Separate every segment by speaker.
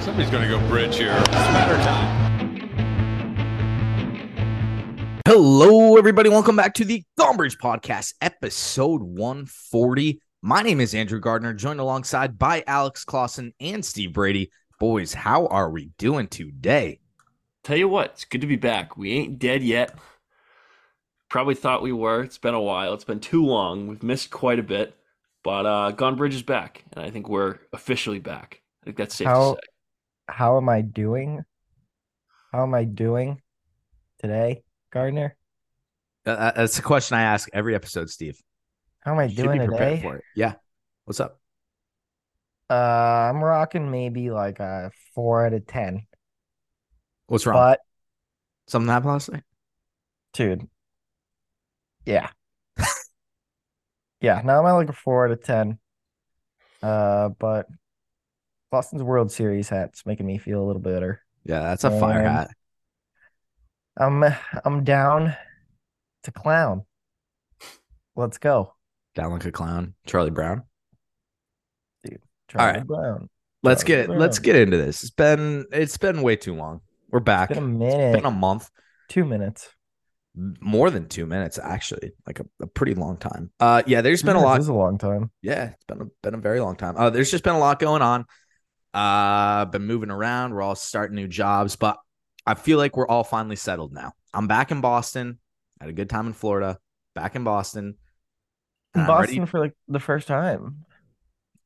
Speaker 1: Somebody's going to go bridge here. It's matter time.
Speaker 2: Hello, everybody. Welcome back to the Gombrich Podcast, episode 140. My name is Andrew Gardner, joined alongside by Alex Clausen and Steve Brady. Boys, how are we doing today?
Speaker 3: Tell you what, it's good to be back. We ain't dead yet. Probably thought we were. It's been a while. It's been too long. We've missed quite a bit. But uh Gone Bridge is back, and I think we're officially back. I think that's safe
Speaker 4: How-
Speaker 3: to say.
Speaker 4: How am I doing? How am I doing today, Gardner?
Speaker 2: Uh, Uh, that's the question I ask every episode, Steve.
Speaker 4: How am I
Speaker 2: You should
Speaker 4: doing eh?
Speaker 2: be prepared
Speaker 4: today?
Speaker 2: for it. Yeah. What's up?
Speaker 4: Uh, I'm rocking maybe like a four out of ten.
Speaker 2: What's wrong?
Speaker 4: But
Speaker 2: Something happened last night?
Speaker 4: dude, yeah, yeah. Now I'm at like a four out of ten. Uh, but Boston's World Series hat's making me feel a little better.
Speaker 2: Yeah, that's a fire
Speaker 4: Um,
Speaker 2: hat.
Speaker 4: I'm I'm down to clown. Let's go,
Speaker 2: Down like a clown. Charlie Brown.
Speaker 4: Charlie
Speaker 2: right.
Speaker 4: Brown.
Speaker 2: Let's
Speaker 4: Charlie
Speaker 2: get let's
Speaker 4: Brown.
Speaker 2: get into this. It's been it's been way too long. We're back.
Speaker 4: It's been a
Speaker 2: been a
Speaker 4: minute,
Speaker 2: month.
Speaker 4: two minutes.
Speaker 2: more than two minutes actually like a, a pretty long time uh yeah there's been a lot
Speaker 4: This is a long time.
Speaker 2: yeah it's been a, been a very long time uh there's just been a lot going on uh been moving around we're all starting new jobs but i feel like we're all finally settled now i'm back in boston had a good time in florida back in boston
Speaker 3: Uh,
Speaker 2: and I'm ready-
Speaker 4: Boston for like the first time.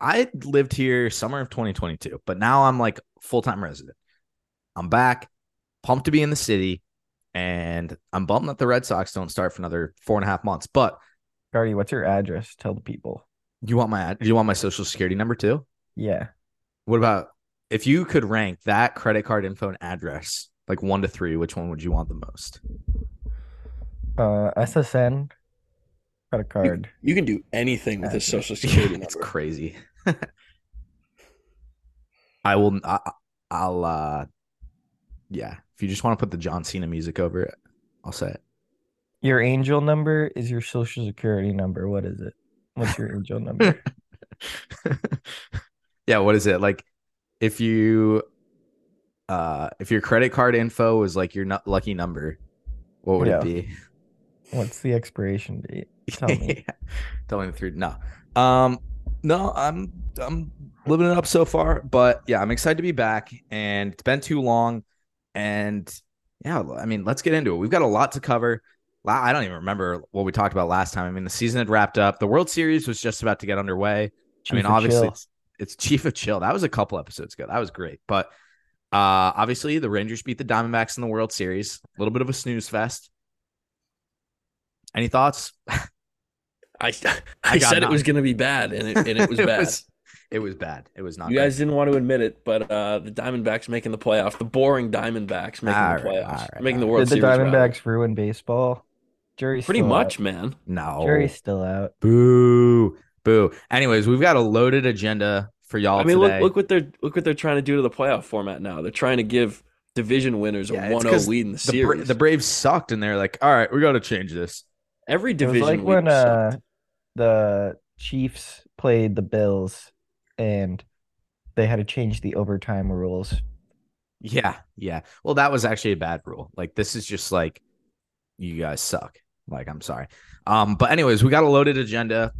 Speaker 2: I lived here summer of 2022, but now I'm like full time resident. I'm back, pumped to be in the city, and I'm bummed that the Red Sox don't start for another four and a half months. But
Speaker 4: Gardy, what's your address? Tell the people.
Speaker 2: you want my ad- you want my social security number too?
Speaker 4: Yeah.
Speaker 2: What about if you could rank that credit card info and address like one to three? Which one would you want the most?
Speaker 4: Uh SSN credit card.
Speaker 3: You can do anything with a social security
Speaker 2: it's
Speaker 3: number.
Speaker 2: crazy. I will. I, I'll. uh Yeah, if you just want to put the John Cena music over it, I'll say it.
Speaker 4: Your angel number is your social security number. What is it? What's your angel number?
Speaker 2: yeah, what is it? Like if you uh if your credit card info was like your nu- lucky number, what would
Speaker 4: Yeah.
Speaker 2: it be?
Speaker 4: What's the expiration date? Tell me.
Speaker 2: Tell me the truth. No. Um no, I'm I'm living it up so far, but yeah, I'm excited to be back and it's been too long and yeah, I mean, let's get into it. We've got a lot to cover. La- I don't even remember what we talked about last time. I mean, the season had wrapped up. The World Series was just about to get underway. I mean,
Speaker 4: Chief of
Speaker 2: obviously,
Speaker 4: Chill.
Speaker 2: it's, it's Chief of Chill. That was a couple episodes ago. That was great. But uh, obviously, the Rangers beat the Diamondbacks in the World Series. A little bit of a snooze fest. Any thoughts?
Speaker 3: I, I,
Speaker 2: I got
Speaker 3: said it
Speaker 2: nothing.
Speaker 3: was going to be bad, and it, and it was bad.
Speaker 2: it was bad. It was not.
Speaker 3: you
Speaker 2: great.
Speaker 3: guys didn't want to admit it, but uh, the Diamondbacks making the playoff, the boring Diamondbacks making
Speaker 2: All right,
Speaker 3: the playoffs,
Speaker 2: all right,
Speaker 3: making the
Speaker 2: all
Speaker 3: World
Speaker 4: Did the
Speaker 3: Series. rather.
Speaker 4: Diamondbacks ruin baseball? Jury's
Speaker 3: Pretty
Speaker 4: still
Speaker 3: much,
Speaker 4: out.
Speaker 3: man.
Speaker 2: no.
Speaker 4: Jury's still out.
Speaker 2: Boo, boo. Anyways, we've got a loaded agenda for y'all
Speaker 3: I mean,
Speaker 2: today.
Speaker 3: look look what they're look what they're trying to do to the playoff format now. They're trying to give division winners
Speaker 2: Yeah,
Speaker 3: a
Speaker 2: it's 'cause
Speaker 3: 1-0 lead in the
Speaker 2: the, Bra-
Speaker 3: series.
Speaker 2: the Braves sucked, and they're like, "All right, we got to change this."
Speaker 3: Every
Speaker 4: It was
Speaker 3: division
Speaker 4: like
Speaker 3: lead
Speaker 4: when
Speaker 3: sucked.
Speaker 4: uh the Chiefs played the Bills and they had to change the overtime rules
Speaker 2: Yeah, yeah. Well, that was actually a bad rule. Like this is just like you guys suck. Like I'm sorry. Um but anyways, we got a loaded agenda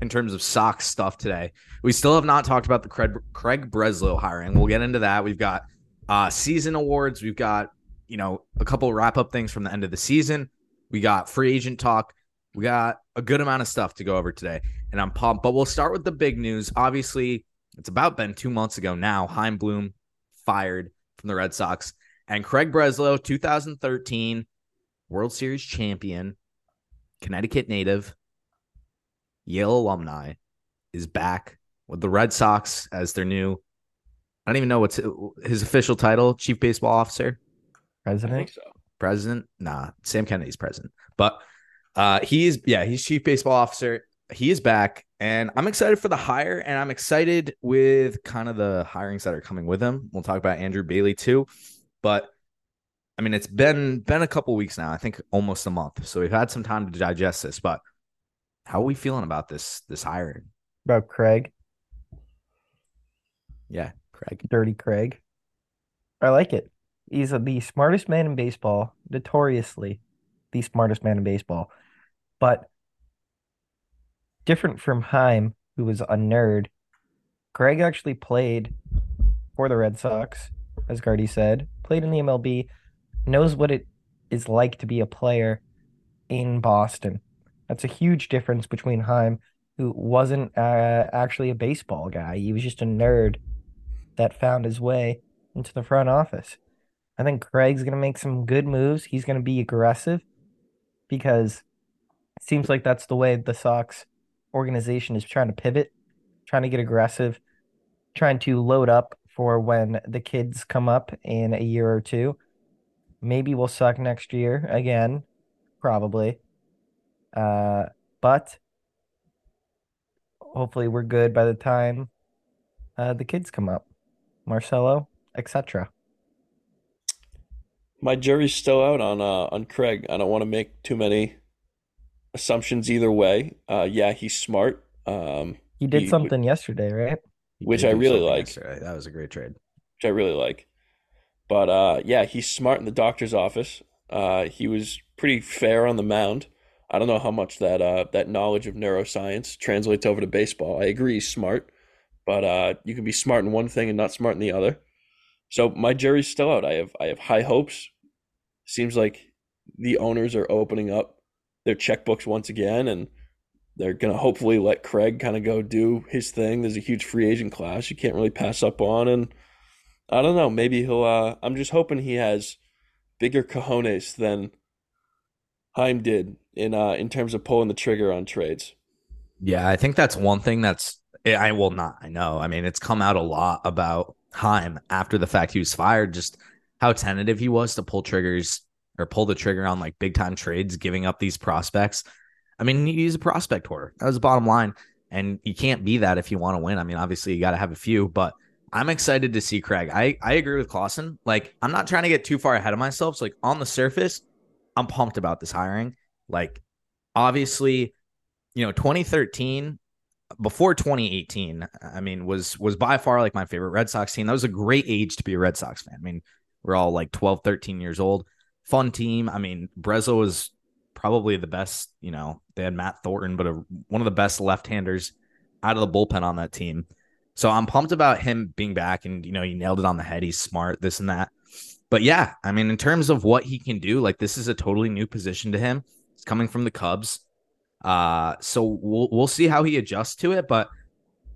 Speaker 2: in terms of Sox stuff today. We still have not talked about the Craig, Craig Breslow hiring. We'll get into that. We've got uh season awards, we've got, you know, a couple wrap up things from the end of the season. We got free agent talk. We got a good amount of stuff to go over today, and I'm pumped. But we'll start with the big news. Obviously, it's about been 2 months ago now. Heim Bloom fired from the Red Sox. And Craig Breslow, 2013 World Series champion, Connecticut native, Yale alumni, is back with the Red Sox as their new. I don't even know what's his official title, chief baseball officer,
Speaker 3: I
Speaker 4: president.
Speaker 3: think so.
Speaker 2: president. Nah, Sam Kennedy's president, but uh, he is. Yeah, he's chief baseball officer. He is back, and I'm excited for the hire, and I'm excited with kind of the hirings that are coming with him. We'll talk about Andrew Bailey too, but I mean, it's been been a couple weeks now. I think almost a month, so we've had some time to digest this. But how are we feeling about this this hiring?
Speaker 4: About Craig,
Speaker 2: Yeah, Craig.
Speaker 4: Dirty Craig. I like it. He's the smartest man in baseball, notoriously the smartest man in baseball. But different from Heim, who was a nerd, Greg actually played for the Red Sox, as Gardy said, played in the MLB, knows what it is like to be a player in Boston. That's a huge difference between Heim, who wasn't uh, actually a baseball guy. He was just a nerd that found his way into the front office. I think Craig's going to make some good moves. He's going to be aggressive because it seems like that's the way the Sox organization is trying to pivot, trying to get aggressive, trying to load up for when the kids come up in a year or two. Maybe we'll suck next year again, probably. Uh, but hopefully we're good by the time uh, the kids come up, Marcelo, etc.
Speaker 5: My jury's still out on uh, on Craig. I don't want to make too many assumptions either way. Uh, yeah, he's smart, um,
Speaker 4: He did
Speaker 5: He-
Speaker 4: something yesterday, right?
Speaker 2: He
Speaker 5: Which
Speaker 2: did
Speaker 5: I
Speaker 2: do
Speaker 5: really
Speaker 2: something
Speaker 5: like.
Speaker 2: yesterday. That was a great trade.
Speaker 5: which I really like. But uh, yeah, he's smart in the doctor's office. Uh, he was pretty fair on the mound. I don't know how much that uh, that knowledge of neuroscience translates over to baseball. I agree, he's smart, but uh, you can be smart in one thing and not smart in the other. So my jury's still out. I have I have high hopes. Seems like the owners are opening up their checkbooks once again, and they're gonna hopefully let Craig kind of go do his thing. There's a huge free agent class you can't really pass up on, and I don't know. Maybe he'll. Uh, I'm just hoping he has bigger cojones than Heim did in uh, in terms of pulling the trigger on trades.
Speaker 2: Yeah, I think that's one thing that's eh, I I will not. I know. I mean, it's come out a lot about Heim after the fact he was fired, just how tentative he was to pull triggers or pull the trigger on like big time trades, giving up these prospects. I mean, he's a prospect hoarder. That was the bottom line. And you can't be that if you want to win. I mean, obviously you got to have a few, but I'm excited to see Craig. I, I agree with Clausen. Like, I'm not trying to get too far ahead of myself. So, like on the surface, I'm pumped about this hiring. Like, obviously, you know 2013 before 2018 i mean was was by far like my favorite red sox team that was a great age to be a red sox fan i mean we're all like 12 13 years old fun team i mean Brezzo was probably the best you know they had matt thornton but a, one of the best left-handers out of the bullpen on that team so i'm pumped about him being back and you know he nailed it on the head he's smart this and that but yeah i mean in terms of what he can do like this is a totally new position to him he's coming from the cubs uh, so we'll we'll see how he adjusts to it, but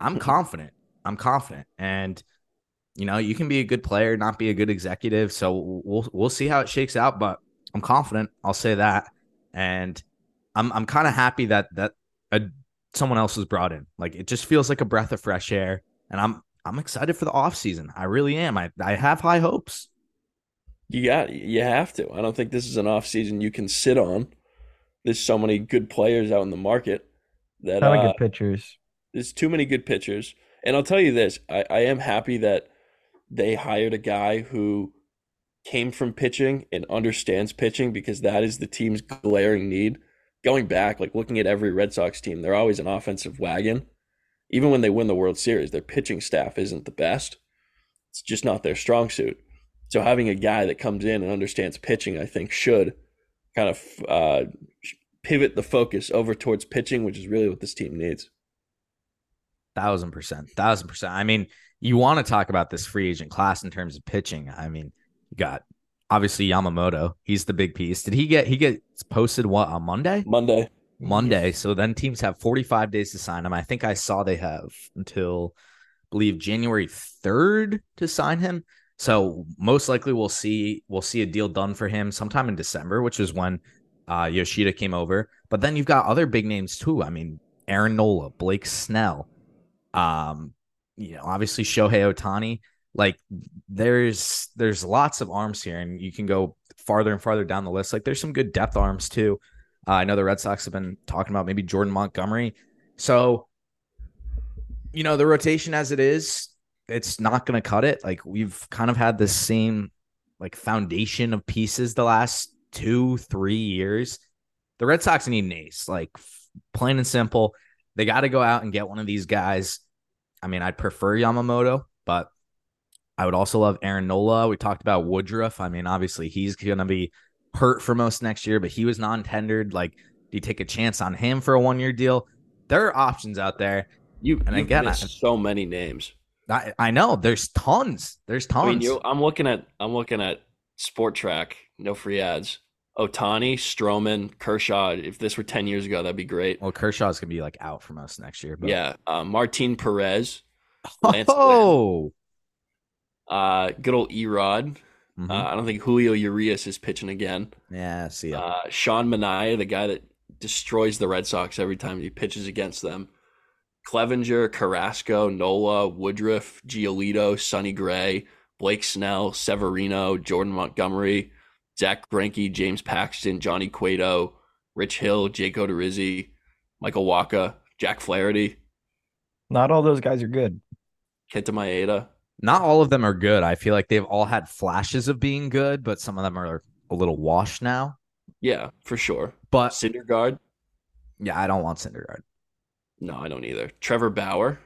Speaker 2: I'm confident. I'm confident, and you know you can be a good player, not be a good executive. So we'll we'll see how it shakes out, but I'm confident. I'll say that, and I'm I'm kind of happy that that uh someone else was brought in. Like it just feels like a breath of fresh air, and I'm I'm excited for the off season. I really am. I I have high hopes.
Speaker 5: You got. You have to. I don't think this is an off season you can sit on. There's so many good players out in the market that
Speaker 4: Kind of
Speaker 5: uh,
Speaker 4: good pitchers.
Speaker 5: There's too many good pitchers. And I'll tell you this, I, I am happy that they hired a guy who came from pitching and understands pitching because that is the team's glaring need. Going back, like looking at every Red Sox team, they're always an offensive wagon. Even when they win the World Series, their pitching staff isn't the best. It's just not their strong suit. So having a guy that comes in and understands pitching, I think, should kind of uh, pivot the focus over towards pitching, which is really what this team needs.
Speaker 2: Thousand percent, thousand percent. I mean, you want to talk about this free agent class in terms of pitching. I mean, you got obviously Yamamoto. He's the big piece. Did he get he gets posted what on Monday?
Speaker 5: Monday.
Speaker 2: Monday. So then teams have 45 days to sign him. I think I saw they have until I believe January 3rd to sign him. So most likely we'll see we'll see a deal done for him sometime in December, which is when uh, Yoshida came over. But then you've got other big names too. I mean, Aaron Nola, Blake Snell, um, you know, obviously Shohei Otani. Like there's there's lots of arms here, and you can go farther and farther down the list. Like there's some good depth arms too. Uh, I know the Red Sox have been talking about maybe Jordan Montgomery. So, you know, the rotation as it is, it's not going to cut it. Like we've kind of had this same like foundation of pieces the last two, three years. The Red Sox need an ace, like f- plain and simple. They got to go out and get one of these guys. I mean, I'd prefer Yamamoto, but I would also love Aaron Nola. We talked about Woodruff. I mean, obviously he's gonna be hurt for most next year, but he was non-tendered. Like, do you take a chance on him for a one-year deal? There are options out there.
Speaker 5: You
Speaker 2: And
Speaker 5: and
Speaker 2: again,
Speaker 5: again,
Speaker 2: I-
Speaker 5: so many names.
Speaker 2: I, I know there's tons. There's
Speaker 5: I
Speaker 2: tons.
Speaker 5: mean, you, I'm looking at I'm looking at Sport Track, no free ads. Otani, Stroman, Kershaw. If this were ten years ago, that'd be great.
Speaker 2: well, Kershaw's gonna be like out from us next year. But
Speaker 5: Yeah, uh, Martin Perez, Lance
Speaker 2: Oh,
Speaker 5: uh, good old Erod.
Speaker 2: Mhm.
Speaker 5: Uh, I don't think Julio Urias is pitching again.
Speaker 2: yeah. See, ya.
Speaker 5: Uh, Sean Mania, the guy that destroys the Red Sox every time he pitches against them. Clevenger, Carrasco, Nola, Woodruff, Giolito, Sonny Gray, Blake Snell, Severino, Jordan Montgomery, Zach Greinke, James Paxton, Johnny Cueto, Rich Hill, Jake Odorizzi, Michael Waka, Jack Flaherty,
Speaker 4: Not all those guys are good.
Speaker 5: Kenta Maeda.
Speaker 2: not all of them are good. I feel like they've all had flashes of being good, but some of them are a little washed now.
Speaker 5: Yeah, for sure.
Speaker 2: But
Speaker 5: Syndergaard?
Speaker 2: yeah, I don't want Syndergaard.
Speaker 5: No, I don't either. Trevor Bauer?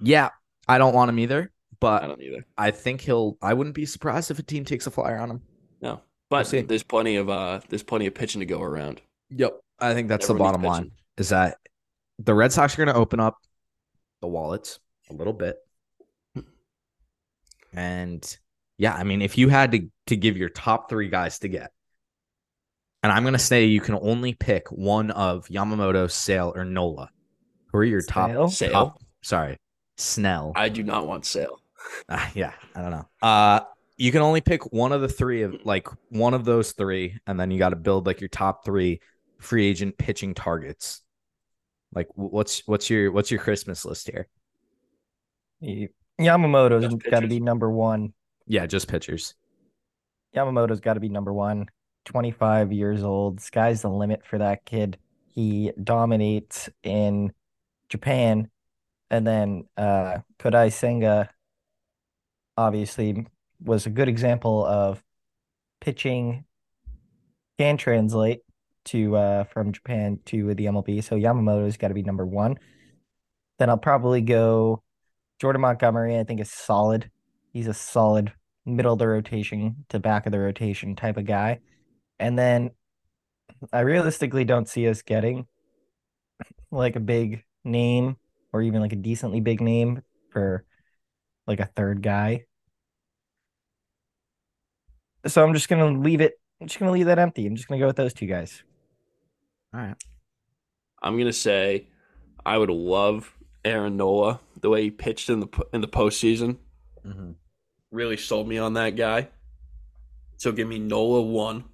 Speaker 2: Yeah, I don't want him either.
Speaker 5: I
Speaker 2: But
Speaker 5: don't either.
Speaker 2: I think he'll. I wouldn't be surprised if a team takes a flyer on him.
Speaker 5: No. But
Speaker 2: see.
Speaker 5: there's plenty of uh there's plenty of pitching to go around.
Speaker 2: Yep, I think that's the
Speaker 5: Everyone
Speaker 2: bottom
Speaker 5: needs
Speaker 2: line. Is that the Red Sox are going to open up the wallets a little bit, and yeah, I mean, if you had to to give your top three guys to get, and I'm going to say you can only pick one of Yamamoto, Sale, or Nola. Who are your top?
Speaker 4: Sale?
Speaker 5: Sale.
Speaker 2: top- sorry, Snell.
Speaker 5: I do not want Sale.
Speaker 2: Uh, yeah, I don't know. Uh, you can only pick one of the three of like one of those three, and then you got to build like your top three free agent pitching targets. Like, wh- what's what's your what's your Christmas list here?
Speaker 4: Y- Yamamoto's
Speaker 5: Just
Speaker 4: got to
Speaker 5: pitchers.
Speaker 4: be number one.
Speaker 2: Yeah, just pitchers.
Speaker 4: Yamamoto's got to be number one. 25 years old. Sky's the limit for that kid. He dominates in Japan. And then uh, Kodai Senga obviously was a good example of pitching can translate to uh, from Japan to the MLB. So Yamamoto's got to be number one. Then I'll probably go Jordan Montgomery. I think is solid. He's a solid middle of the rotation to back of the rotation type of guy. And then I realistically don't see us getting like a big name or even like a decently big name for like a third guy. So I'm just gonna leave it. I'm just gonna leave that empty. I'm just gonna go with those two guys.
Speaker 2: All right.
Speaker 5: I'm gonna say I would love Aaron Nola the way he pitched in the in the postseason.
Speaker 2: Mm-hmm.
Speaker 5: Really sold me on that guy. So give me Nola one.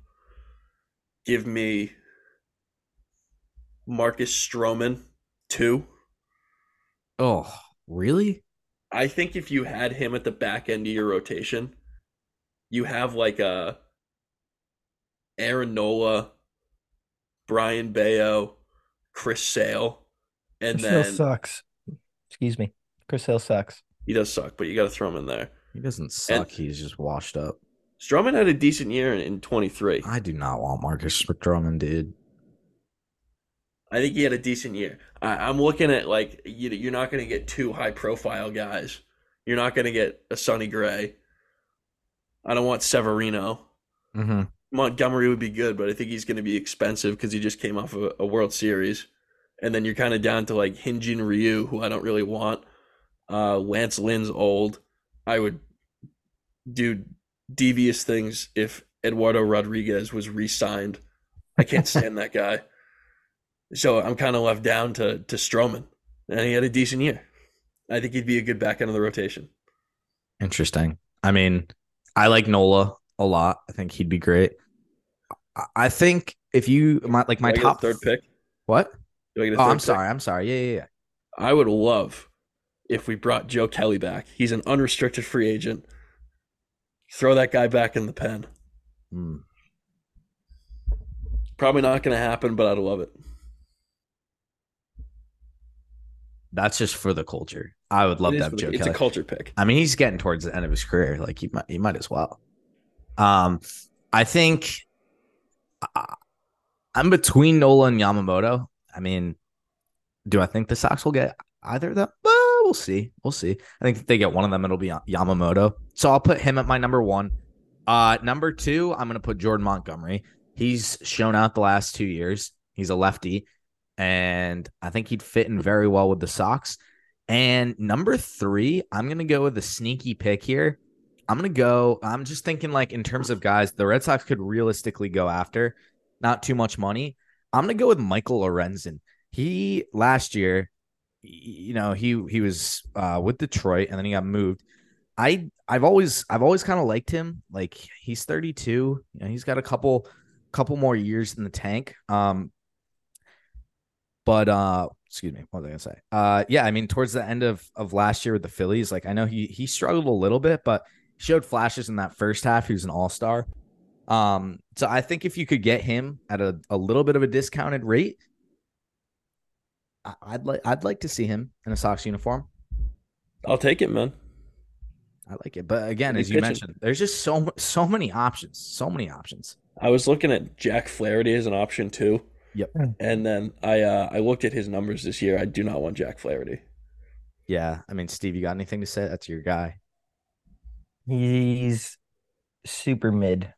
Speaker 5: Give me Marcus Stroman two.
Speaker 2: Oh, really?
Speaker 5: I think if you had him at the back end of your rotation, you have like a Aaron Nola, Brian Bayo, Chris Sale, and
Speaker 4: Chris Hill
Speaker 5: then
Speaker 4: sucks. Excuse me. Chris Hill sucks.
Speaker 5: he does suck, but you got to throw him in there.
Speaker 2: He doesn't suck. He's just washed up.
Speaker 5: Stroman had a decent year in, in 23.
Speaker 2: I do not want Marcus Drummond, dude.
Speaker 5: I think he had a decent year. I, I'm looking at like you, you're not going to get two high profile guys. You're not going to get a Sonny Gray. I don't want Severino.
Speaker 2: Mm-hmm.
Speaker 5: Montgomery would be good, but I think he's going to be expensive because he just came off a, a World Series. And then you're kind of down to like Hinjin Ryu, who I don't really want. Uh, Lance Lynn's old. I would do devious things if Eduardo Rodriguez was re signed. I can't stand that guy. So I'm kind of left down to, to Stroman. And he had a decent year. I think he'd be a good back end of the rotation.
Speaker 2: Interesting. I mean, I like Nola a lot. I think he'd be great. I- I think if you my like my
Speaker 5: Do I get a
Speaker 2: top
Speaker 5: third pick.
Speaker 2: What?
Speaker 5: Do I get a
Speaker 2: Oh,
Speaker 5: third
Speaker 2: I'm
Speaker 5: pick?
Speaker 2: sorry. I'm sorry. Yeah, yeah, yeah.
Speaker 5: I would love if we brought Joe Kelly back. He's an unrestricted free agent. Throw that guy back in the pen.
Speaker 2: Hmm.
Speaker 5: Probably not going to happen, but I'd love it.
Speaker 2: That's just for the culture. I would love to
Speaker 5: It is
Speaker 2: have
Speaker 5: for the-
Speaker 2: Joe
Speaker 5: it's
Speaker 2: Kelly.
Speaker 5: a culture pick.
Speaker 2: I mean, he's getting towards the end of his career. Like he might, he might as well. Um, I think I, I'm between Nola and Yamamoto. I mean, do I think the Sox will get either of them? Well, we'll see. We'll see. I think if they get one of them, it'll be Yamamoto. So I'll put him at my number one. Uh, number two, I'm gonna put Jordan Montgomery. He's shown out the last two years. He's a lefty, and I think he'd fit in very well with the Sox. And number three, I'm gonna go with a sneaky pick here. I'm gonna go. I'm just thinking like in terms of guys, the Red Sox could realistically go after, not too much money. I'm gonna go with Michael Lorenzen. He last year, y- you know, he he was uh, with Detroit and then he got moved. I I've always I've always kind of liked him. Like he's 32, you know, he's got a couple couple more years in the tank. Um, but uh, excuse me, what was I gonna say? Uh, yeah, I mean, towards the end of of last year with the Phillies, like I know he he struggled a little bit, but showed flashes in that first half. He was an all star. Um, so I think if you could get him at a, a little bit of a discounted rate, I, I'd like I'd like to see him in a Sox uniform.
Speaker 5: I'll take it, man.
Speaker 2: I like it, but again,
Speaker 5: He's
Speaker 2: as you
Speaker 5: pitching.
Speaker 2: mentioned, there's just so so many options, so many options.
Speaker 5: I was looking at Jack Flaherty as an option too.
Speaker 2: Yep.
Speaker 5: And then I uh, I looked at his numbers this year. I do not want Jack Flaherty.
Speaker 2: Yeah, I mean, Steve, you got anything to say? That's your guy.
Speaker 4: He's super mid.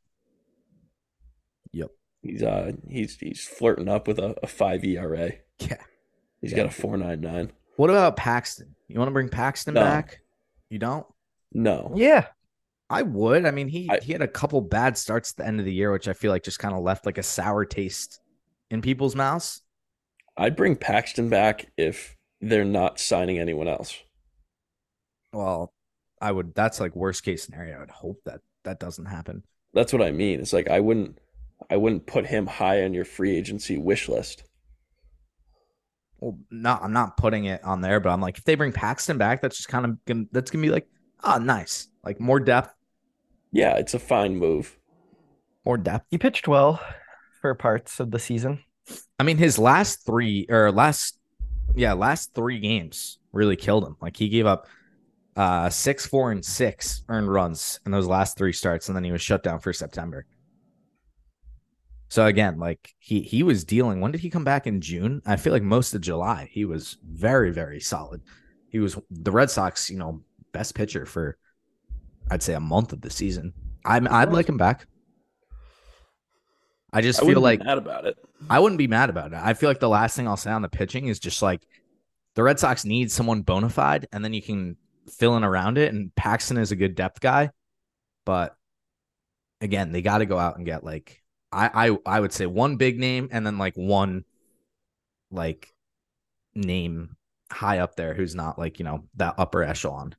Speaker 5: He's uh he's he's flirting up with a, a five ERA.
Speaker 2: Yeah.
Speaker 5: He's
Speaker 2: Yeah.
Speaker 5: got a four nine nine.
Speaker 2: What about Paxton? You want to bring Paxton
Speaker 5: No.
Speaker 2: back? You don't?
Speaker 5: No.
Speaker 4: Yeah.
Speaker 2: I would. I mean, he
Speaker 5: I-
Speaker 2: he had a couple bad starts at the end of the year, which I feel like just kind of left like a sour taste in people's mouths.
Speaker 5: I'd bring Paxton back if they're not signing anyone else.
Speaker 2: Well, I would. That's like worst case scenario. I would hope that that doesn't happen.
Speaker 5: That's what I mean. It's like I wouldn't I wouldn't put him high on your free agency wish list.
Speaker 2: Well, no, I'm not putting it on there, but I'm like, if they bring Paxton back, that's just kind of gonna, that's gonna be like, ah, nice, like more depth,
Speaker 5: Yeah, it's a fine move.
Speaker 2: more depth.
Speaker 4: He pitched well for parts of the season.
Speaker 2: I mean, his last three or last, yeah, last three games really killed him. Like he gave up uh six, four, and six earned runs in those last three starts, and then he was shut down for September. So again, like he he was dealing. When did he come back in June? I feel like most of July he was very very solid. He was the Red Sox, you know, best pitcher for I'd say a month of the season. I'm I'd like him back. I just
Speaker 5: I
Speaker 2: feel
Speaker 5: wouldn't
Speaker 2: like
Speaker 5: be mad about it.
Speaker 2: I wouldn't be mad about it. I feel like the last thing I'll say on the pitching is just like the Red Sox need someone bona fide, and then you can fill in around it. And Paxton is a good depth guy, but again, they got to go out and get like I, I I would say one big name and then like one like name high up there who's not like you know that upper echelon.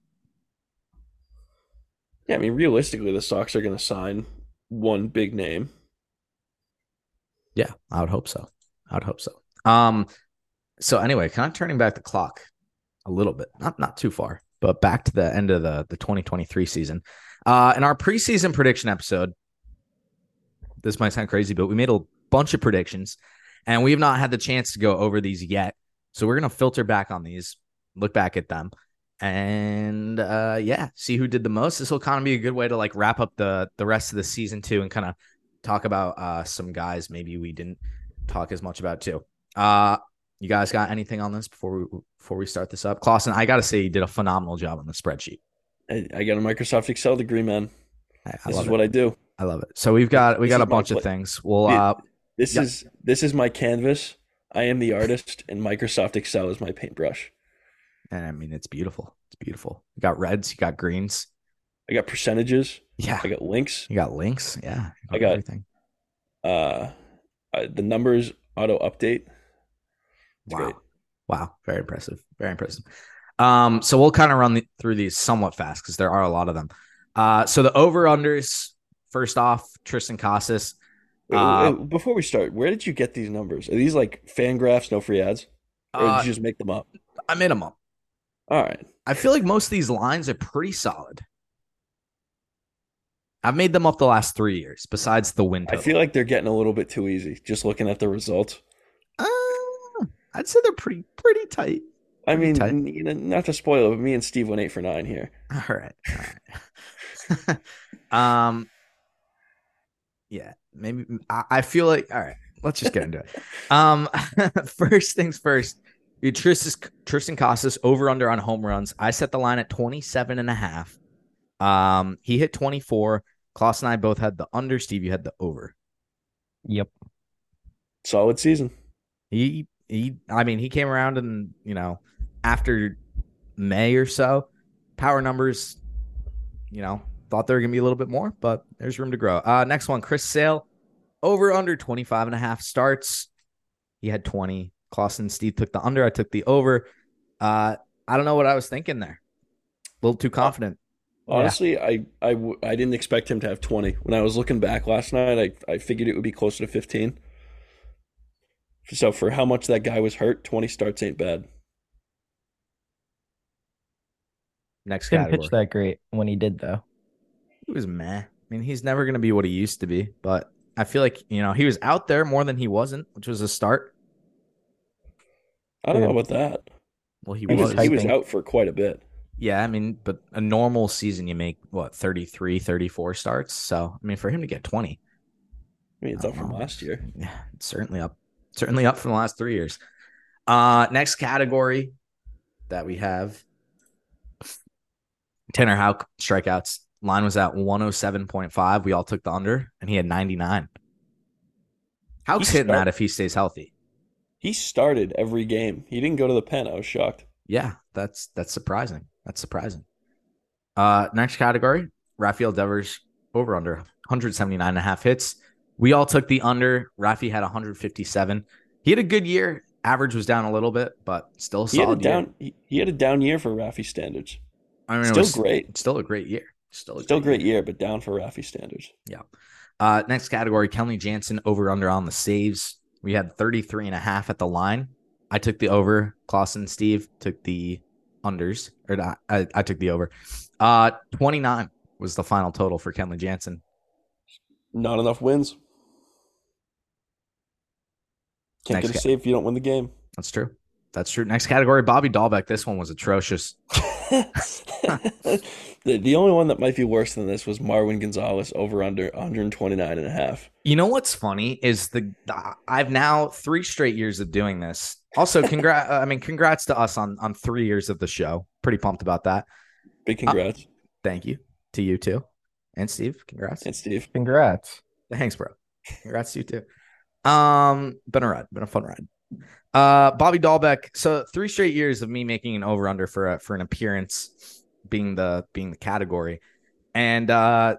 Speaker 5: Yeah, I mean realistically the Sox are gonna sign one big name.
Speaker 2: Yeah, I would hope so. I would hope so. Um, so anyway, kind of turning back the clock a little bit, not not too far, but back to the end of the the 2023 season. Uh, in our preseason prediction episode, this might sound crazy, but we made a bunch of predictions, and we have not had the chance to go over these yet. So we're gonna filter back on these, look back at them, and uh, yeah, see who did the most. This will kind of be a good way to like wrap up the the rest of the season too, and kind of talk about uh some guys maybe we didn't talk as much about too. Uh you guys got anything on this before we before we start this up? Clausen, I gotta say you did a phenomenal job on the spreadsheet.
Speaker 5: I, I got a Microsoft Excel degree, man.
Speaker 2: I, I
Speaker 5: This
Speaker 2: love
Speaker 5: is
Speaker 2: it.
Speaker 5: what I do.
Speaker 2: I love it. So we've got we
Speaker 5: This
Speaker 2: got
Speaker 5: is
Speaker 2: a
Speaker 5: my
Speaker 2: bunch of
Speaker 5: play-
Speaker 2: things. We'll
Speaker 5: Dude.
Speaker 2: uh
Speaker 5: This
Speaker 2: Yeah.
Speaker 5: is this is my canvas. I am the artist, and Microsoft Excel is my paintbrush.
Speaker 2: and I mean it's beautiful. It's beautiful. You got reds, you got greens.
Speaker 5: I got percentages.
Speaker 2: Yeah.
Speaker 5: I got links.
Speaker 2: You got links. Yeah. you
Speaker 5: I got-
Speaker 2: everything.
Speaker 5: Uh, uh, the numbers auto update. It's
Speaker 2: Wow.
Speaker 5: great.
Speaker 2: Wow. Very impressive. Very impressive. Um, so we'll kind of run the, through these somewhat fast because there are a lot of them. Uh, so the over unders, first off, Tristan Casas,
Speaker 5: Wait,
Speaker 2: Uh,
Speaker 5: wait, before we start, where did you get these numbers? Are these like fan graphs, no free ads, or
Speaker 2: uh,
Speaker 5: did you just make them up?
Speaker 2: I made them up.
Speaker 5: All right,
Speaker 2: I feel like most of these lines are pretty solid. I've made them up the last three years, besides the win
Speaker 5: I
Speaker 2: total.
Speaker 5: feel like they're getting a little bit too easy. Just looking at the results.
Speaker 2: Uh, I'd say they're pretty pretty tight.
Speaker 5: I
Speaker 2: Pretty
Speaker 5: mean,
Speaker 2: tight.
Speaker 5: n- you know, not to spoil it, but me and Steve went eight for nine here.
Speaker 2: All right. All right. um yeah, maybe I, I feel like all right, let's just get into it. Um first things first, Dude, Tristan, Tristan Casas over under on home runs. I set the line at 27 and a half. Um, he hit 24. Klaus and I both had the under. Steve, you had the over.
Speaker 4: Yep.
Speaker 5: Solid season.
Speaker 2: He he I mean, he came around and, you know, after May or so, power numbers, you know, thought they were gonna be a little bit more, but there's room to grow. Uh next one, Chris Sale. Over under 25 and a half starts. He had 20. Klaus and Steve took the under. I took the over. Uh, I don't know what I was thinking there. A little too confident.
Speaker 5: Honestly, I I, w- I didn't expect him to have 20. When I was looking back last night, I, I figured it would be closer to 15. So for how much that guy was hurt, 20 starts ain't bad.
Speaker 2: Next
Speaker 4: Didn't
Speaker 2: category.
Speaker 4: pitch that great when he did though.
Speaker 2: He was meh. I mean, he's never gonna be what he used to be, but I feel like you know he was out there more than he wasn't, which was a start.
Speaker 5: I don't
Speaker 4: Yeah.
Speaker 5: know about that.
Speaker 2: Well, he
Speaker 5: He
Speaker 4: was
Speaker 5: was, he was
Speaker 4: typing.
Speaker 5: out for quite a bit.
Speaker 2: Yeah, I mean, but a normal season you make what 33, 34 starts. So I mean, for him to get twenty,
Speaker 5: I mean, it's
Speaker 2: I
Speaker 5: out from
Speaker 2: don't know.
Speaker 5: last year.
Speaker 2: yeah, it's certainly up, certainly up from the last three years. Uh, next category that we have Tanner Houck strikeouts. Line was at one hundred seven point five. We all took the under, and he had ninety nine. Houck's
Speaker 5: He
Speaker 2: hitting
Speaker 5: start-
Speaker 2: that if he stays healthy.
Speaker 5: He started every game. He didn't go to the pen. I was shocked.
Speaker 2: Yeah, that's that's surprising. That's surprising. Uh next category, Rafael Devers over under 179 and a half hits. We all took the under. Rafi had 157. He had a good year. Average was down a little bit, but still a
Speaker 5: He had a
Speaker 2: solid year.
Speaker 5: down he, he had a down year for Rafi standards.
Speaker 2: I mean, it
Speaker 5: Still
Speaker 2: was
Speaker 5: great.
Speaker 2: Still a great year. Still a
Speaker 5: Still
Speaker 2: great year.
Speaker 5: great year, but down for Rafi standards.
Speaker 2: Uh, next category, Kenley Jansen over under on the saves. We had 33 and a half at the line. I took the over. Klaus and Steve took the unders, or not, I, I took the over. Uh, 29 was the final total for Kenley Jansen.
Speaker 5: Not enough wins. Can't
Speaker 2: Next
Speaker 5: get a
Speaker 2: guy.
Speaker 5: save if you don't win the game.
Speaker 2: That's true. That's true. Next category, Bobby Dahlbeck. This one was atrocious.
Speaker 5: the, the only one that might be worse than this was Marwin Gonzalez over under 129 and a half.
Speaker 2: You know what's funny is the I've now three straight years of doing this. Also, congrats. I mean, congrats to us on on three years of the show. Pretty pumped about that.
Speaker 5: Big congrats.
Speaker 2: Thank you to you too, and Steve. Congrats.
Speaker 5: and Steve.
Speaker 4: Congrats.
Speaker 2: Thanks, bro. Congrats to you too. Um, been a ride, been a fun ride. Uh, Bobby Dahlbeck. So three straight years of me making an over under for a, for an appearance, being the being the category, and uh,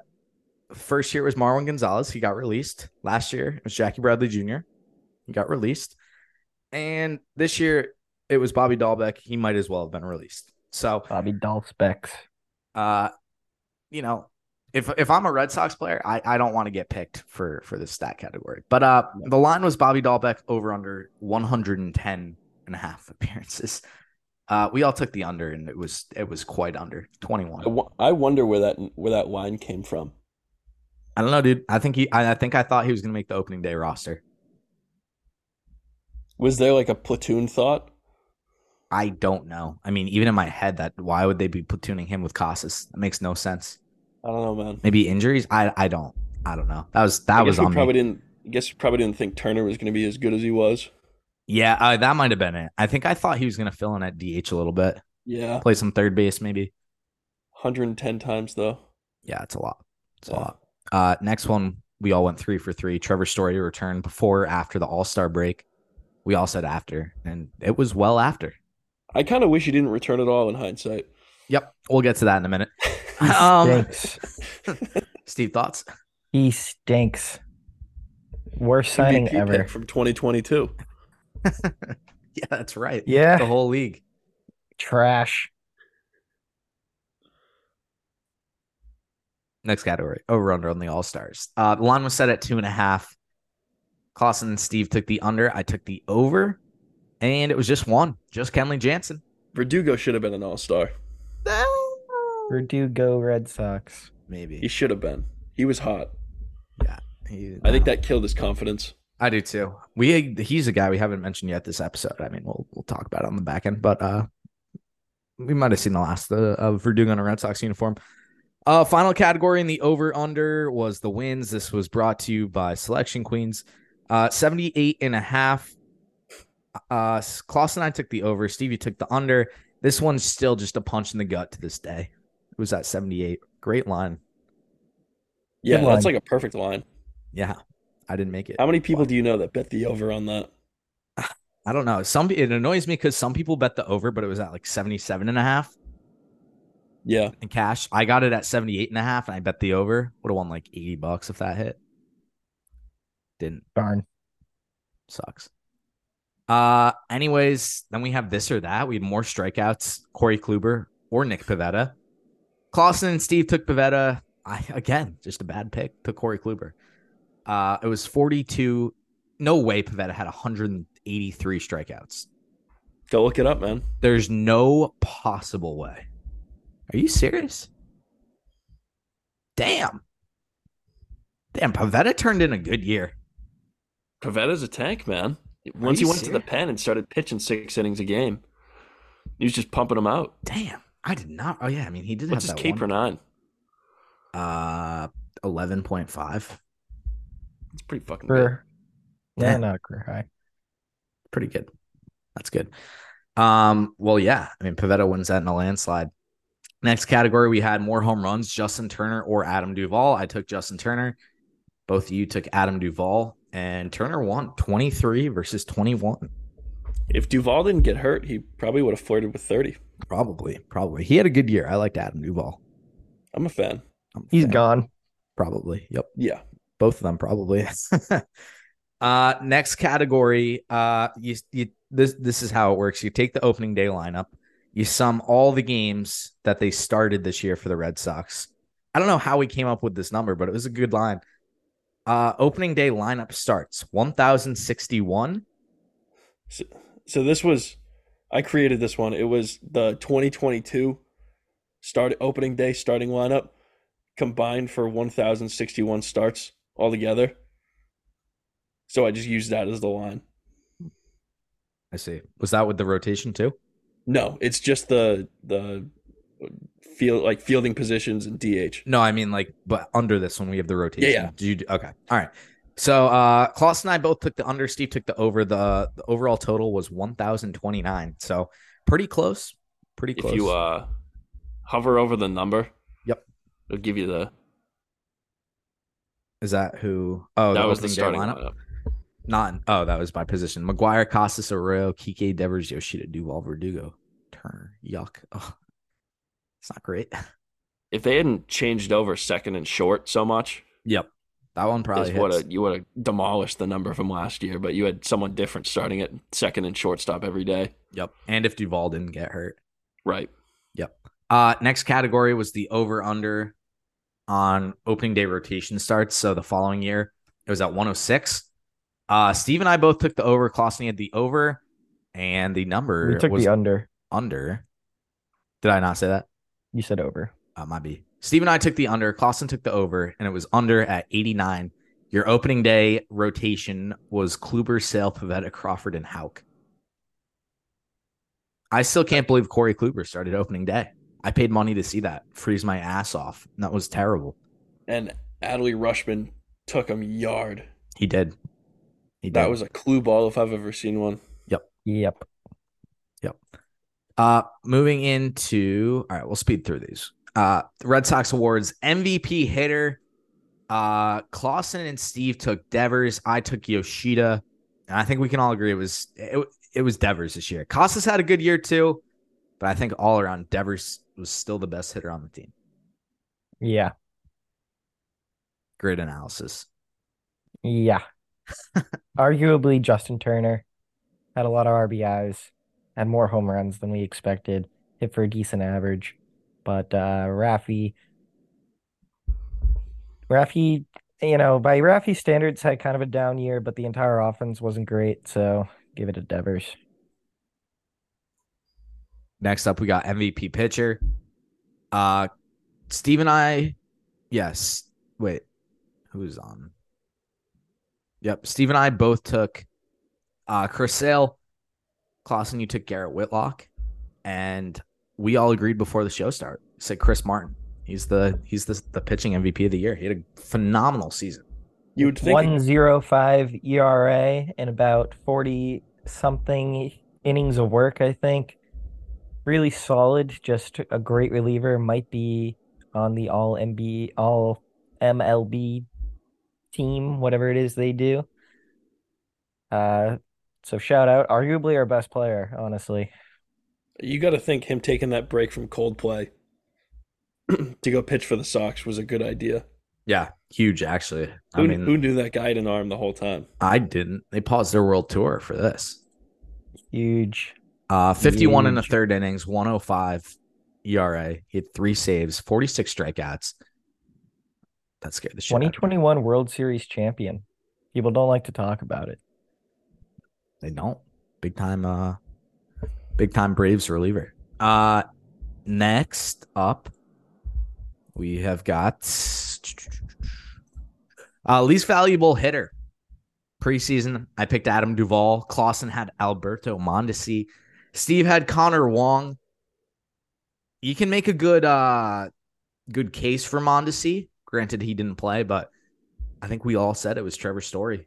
Speaker 2: first year was Marwin Gonzalez. He got released. Last year it was Jackie Bradley Jr. He got released, and this year it was Bobby Dahlbeck. He might as well have been released. So
Speaker 4: Bobby Dolph Specs.
Speaker 2: uh, you know, if if I'm a Red Sox player, I, I don't want to get picked for for this stat category. But uh the line was Bobby Dahlbeck over under 110 and a half appearances. Uh we all took the under and it was it was quite under
Speaker 5: I
Speaker 2: 21.
Speaker 5: wo- I wonder where that where that line came from.
Speaker 2: I don't know, dude. I think he I, I think I thought he was gonna make the opening day roster.
Speaker 5: Was there like a platoon thought?
Speaker 2: I don't know. I mean, even in my head, that why would they be platooning him with Casas? That makes no sense.
Speaker 5: I don't know, man.
Speaker 2: Maybe injuries. I I don't. I don't know. That was that
Speaker 5: I guess
Speaker 2: was
Speaker 5: we
Speaker 2: on me.
Speaker 5: probably didn't. I guess we probably didn't think Turner was going to be as good as he was.
Speaker 2: Yeah, uh, that might have been it. I think I thought he was going to fill in at DH a little bit,
Speaker 5: Yeah,
Speaker 2: play some third base maybe.
Speaker 5: 110 times though.
Speaker 2: Yeah, it's a lot. It's a
Speaker 5: Yeah.
Speaker 2: lot. Uh, next one, we all went three for three. Trevor Story returned before or after the All Star break. We all said after, and it was well after.
Speaker 5: I kind of wish he didn't return at all in hindsight.
Speaker 2: Yep, we'll get to that in a minute.
Speaker 4: He
Speaker 2: um,
Speaker 4: stinks.
Speaker 2: Steve, thoughts?
Speaker 4: He stinks. Worst signing
Speaker 5: MVP
Speaker 4: ever.
Speaker 5: pick from 2022.
Speaker 2: Yeah, that's right. The
Speaker 4: Yeah.
Speaker 2: whole league.
Speaker 4: Trash.
Speaker 2: Next category, over under on the All Stars. Uh, the line was set at two and a half. Clausen and Steve took the under. I took the over, and it was just one, just Kenley Jansen.
Speaker 5: Verdugo should have been an All Star.
Speaker 4: Verdugo Red Sox.
Speaker 5: He
Speaker 2: Maybe.
Speaker 5: should have been. He was hot.
Speaker 2: He-
Speaker 5: I think that killed his confidence.
Speaker 2: I do too. We he's a guy we haven't mentioned yet this episode. I mean, we'll we'll talk about it on the back end, but uh, we might have seen the last uh, of Verdugo in a Red Sox uniform. Uh, final category in the over under was the wins. This was brought to you by Selection Queens. Uh, 78 and a half. Uh, S- Klaus and I took the over. Stevie took the under. This one's still just a punch in the gut to this day. It was at 78. Great line.
Speaker 5: Yeah,
Speaker 4: Good
Speaker 5: that's
Speaker 4: line.
Speaker 5: like a perfect line.
Speaker 2: Yeah. I didn't make it.
Speaker 5: How many people do you know that bet the over on that?
Speaker 2: I don't know. Some it annoys me because some people bet the over, but it was at like 77 and a half
Speaker 5: Yeah,
Speaker 2: in cash. I got it at 78 and a half and I bet the over. Would have won like 80 bucks if that hit. Didn't.
Speaker 4: Darn.
Speaker 2: Sucks. Uh anyways, then we have this or that. We had more strikeouts, Corey Kluber or Nick Pavetta. Clausen and Steve took Pavetta. I again, just a bad pick. Took Corey Kluber. Uh it was 42. No way Pavetta had 183 strikeouts.
Speaker 5: go look it up, man.
Speaker 2: There's no possible way. Are you serious? Damn. Damn, Pavetta turned in a good year.
Speaker 5: Pavetta's a tank, man. Once he
Speaker 2: you
Speaker 5: went to the
Speaker 2: serious?
Speaker 5: pen and started pitching six innings a game, he was just pumping them out.
Speaker 2: Damn. I did not. Oh yeah, I mean he did
Speaker 5: What's his
Speaker 2: have
Speaker 5: K
Speaker 2: that
Speaker 5: per
Speaker 2: one.
Speaker 5: nine?
Speaker 2: Uh 11.5.
Speaker 5: It's pretty fucking good.
Speaker 4: Career. Yeah,
Speaker 2: Yeah.
Speaker 4: not a career high.
Speaker 2: Pretty good. That's good. Um well yeah, I mean Pavetta wins that in a landslide. Next category we had more home runs, Justin Turner or Adam Duvall. I took Justin Turner. Both of you took Adam Duvall and Turner won 23 versus 21.
Speaker 5: If Duval didn't get hurt, he probably would have flirted with thirty.
Speaker 2: Probably, probably. He had a good year. I liked Adam Duvall.
Speaker 5: I'm a fan.
Speaker 2: I'm a
Speaker 4: He's
Speaker 2: fan.
Speaker 4: gone.
Speaker 2: Probably. Yep.
Speaker 5: Yeah,
Speaker 2: Both of them probably. uh next category. Uh you you this this is how it works. You take the opening day lineup, you sum all the games that they started this year for the Red Sox. I don't know how we came up with this number, but it was a good line. Uh opening day lineup starts 1061.
Speaker 5: So this was, I created this one. It was the 2022 start opening day starting lineup combined for 1,061 starts altogether. So I just used that as the line.
Speaker 2: I see. Was that with the rotation too?
Speaker 5: No, it's just the the field like fielding positions and DH.
Speaker 2: No, I mean like, but under this one we have the rotation.
Speaker 5: yeah.
Speaker 2: Do you do, okay? All right. So uh Klaus and I both took the under. Steve took the over. The, the overall total was one thousand twenty nine. So pretty close. Pretty close.
Speaker 5: If you uh hover over the number,
Speaker 2: Yep.
Speaker 5: it'll give you the
Speaker 2: Is that who? Oh,
Speaker 5: that was the
Speaker 2: opening day
Speaker 5: starting lineup.
Speaker 2: Not oh, that was by position. McGuire, Costas, Arroyo, Kike, Devers, Yoshida, Duval, Verdugo, Turner. Yuck. Ugh. It's not great.
Speaker 5: If they hadn't changed over second and short so much,
Speaker 2: Yep. That one probably
Speaker 5: is what
Speaker 2: hits.
Speaker 5: a, you would have demolished the number from last year, but you had someone different starting at second and shortstop every day.
Speaker 2: Yep. And if Duval didn't get hurt.
Speaker 5: Right.
Speaker 2: Uh, next category was the over under on opening day rotation starts. So the following year, it was at 106. Uh, Steve and I both took the over. Klausny had the over, and the number
Speaker 4: We took
Speaker 2: was
Speaker 4: the under.
Speaker 2: under. Did I not say that?
Speaker 4: You said over.
Speaker 2: Uh, might be. Steve and I took the under. Clausen took the over, and it was under at 89. Your opening day rotation was Kluber, Sale, Pavetta, Crawford, and Hauk. I still can't believe Corey Kluber started opening day. I paid money to see that. Freeze my ass off. And that was terrible.
Speaker 5: And Adley Rushman took him yard.
Speaker 2: He did. He did.
Speaker 5: That was a clue ball if I've ever seen one.
Speaker 4: Yep.
Speaker 2: Uh, moving into all right, we'll speed through these. Uh, the Red Sox awards MVP hitter. Uh, Clausen and Steve took Devers. I took Yoshida, and I think we can all agree it was it, it was Devers this year. Costas had a good year too, but I think all around Devers was still the best hitter on the team.
Speaker 4: Yeah.
Speaker 2: Great analysis.
Speaker 4: Yeah. Arguably, Justin Turner had a lot of RBIs, had more home runs than we expected, hit for a decent average. But uh, Rafi, Rafi, you know, by Rafi standards, had kind of a down year, but the entire offense wasn't great. So give it to Devers.
Speaker 2: Next up, we got MVP pitcher. Uh, Steve and I, yes. Wait, who's on? Yep, Steve and I both took uh, Chris Sale. Clausen, you took Garrett Whitlock, and we all agreed before the show started. Said Chris Martin. He's the he's the the pitching MVP of the year. He had a phenomenal season.
Speaker 4: E
Speaker 5: You would think
Speaker 4: 105 ERA and about 40 something innings of work, I think. Really solid, just a great reliever. Might be on the all MB all MLB team, whatever it is they do. Uh so shout out, arguably our best player, honestly.
Speaker 5: You got to think him taking that break from Coldplay to go pitch for the Sox was a good idea.
Speaker 2: Yeah, huge actually. I
Speaker 5: Who,
Speaker 2: mean,
Speaker 5: who knew that guy had an arm the whole time?
Speaker 2: I didn't. They paused their world tour for this.
Speaker 4: Huge.
Speaker 2: Uh, 51 and a
Speaker 4: Huge.
Speaker 2: third innings, 105 ERA. E He had three saves, 46 strikeouts. That scared the shit. out of me.
Speaker 4: 2021 World Series champion. People don't like to talk about it.
Speaker 2: They don't. Big time uh big time Braves reliever. Uh next up we have got uh least valuable hitter. Preseason, I picked Adam Duvall. Clausen had Alberto Mondesi. Steve had Connor Wong. You can make a good uh good case for Mondesi. Granted he didn't play, but I think we all said it was Trevor Story.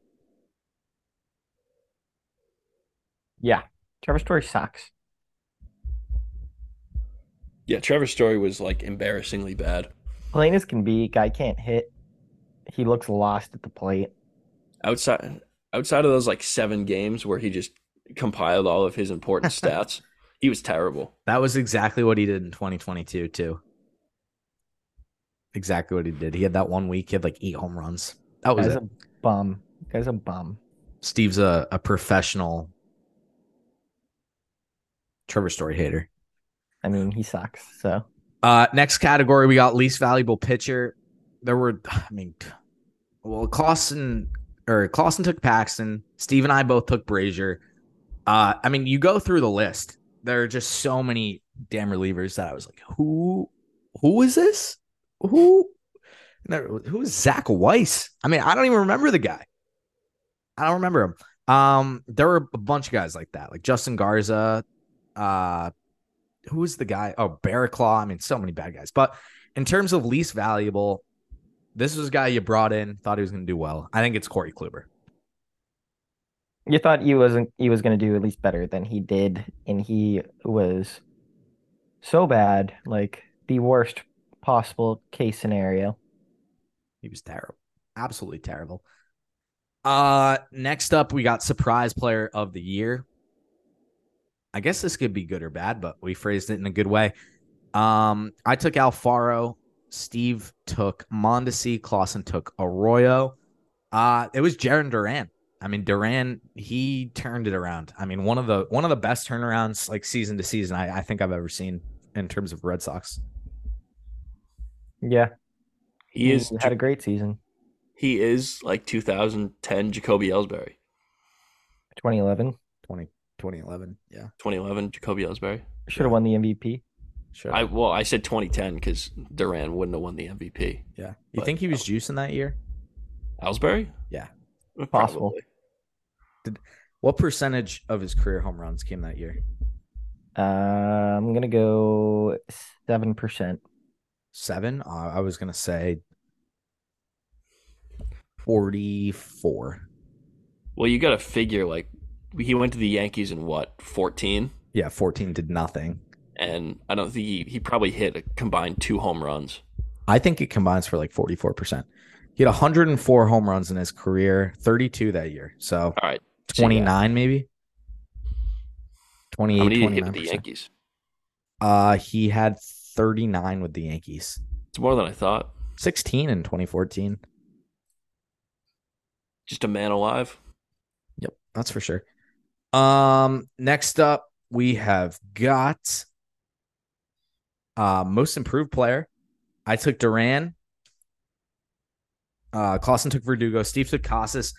Speaker 4: Yeah. Trevor Story sucks.
Speaker 5: Yeah, Trevor Story was like embarrassingly bad.
Speaker 4: Plain as can be, guy can't hit. He looks lost at the plate.
Speaker 5: Outside outside of those like seven games where he just compiled all of his important stats, he was terrible.
Speaker 2: That was exactly what he did in 2022 too. Exactly what he did. He had that one week. He had like eight home runs. That
Speaker 5: Oh,
Speaker 2: was
Speaker 4: Guy's
Speaker 2: it.
Speaker 4: a bum. Guy's a bum.
Speaker 2: Steve's a, a professional Trevor Story hater.
Speaker 4: I mean, he sucks. So
Speaker 2: Uh, next category, we got least valuable pitcher. There were, I mean, well, Clausen or Clausen took Paxton. Steve and I both took Brazier. Uh, I mean, you go through the list. There are just so many damn relievers that I was like, who, who is this? Who, and there- who is Zach Weiss? I mean, I don't even remember the guy. I don't remember him. Um, there were a bunch of guys like that, like Justin Garza, uh, who was the guy? Oh, Barraclaw. I mean, so many bad guys. But in terms of least valuable, this was a guy you brought in, thought he was going to do well. I think it's Corey Kluber.
Speaker 4: you thought he wasn't he was gonna do at least better than he did, and he was so bad, like the worst possible case scenario.
Speaker 2: He was terrible, absolutely terrible. Uh, next up, we got surprise player of the year. I guess this could be good or bad, but we phrased it in a good way. Um, I took Alfaro. Steve took Mondesi. Clausen took Arroyo. Uh, it was Jaron Duran. I mean, Duran, he turned it around. I mean, one of the one of the best turnarounds, like season to season, I, I think I've ever seen in terms of Red Sox.
Speaker 4: Yeah,
Speaker 5: He is
Speaker 4: had a great season.
Speaker 5: he is like 2010 Jacoby Ellsbury,
Speaker 4: 2011
Speaker 2: 2011. Yeah.
Speaker 5: 2011 Jacoby Ellsbury.
Speaker 4: should have won the MVP.
Speaker 2: Sure.
Speaker 5: I well, I said 2010 because Duran wouldn't have won the MVP.
Speaker 2: yeah. You
Speaker 5: but-
Speaker 2: think he was juicing that year?
Speaker 5: Ellsbury?
Speaker 2: Yeah.
Speaker 5: Probably.
Speaker 4: Possible.
Speaker 2: What percentage of his career home runs came that year?
Speaker 4: Uh, I'm gonna go seven percent.
Speaker 2: Seven. Uh, I was gonna say forty-four.
Speaker 5: Well, you got to figure like he went to the Yankees in what 14,
Speaker 2: Yeah, fourteen did nothing.
Speaker 5: and I don't think he, he probably hit a combined two home runs.
Speaker 2: I think it combines for like forty-four percent. He had one hundred and four home runs in his career, thirty-two that year. So
Speaker 5: All right, so yeah.
Speaker 2: twenty-nine, maybe.
Speaker 5: How
Speaker 2: 28,
Speaker 5: many did he hit with the
Speaker 2: 29%.
Speaker 5: Yankees?
Speaker 2: Uh, he had 39 with the Yankees,
Speaker 5: It's more than I thought.
Speaker 2: 16 in 2014.
Speaker 5: Just a man alive.
Speaker 2: Yep, that's for sure. Um, next up we have got uh most improved player. I took Duran. Uh Clausen took Verdugo, Steve took Casas,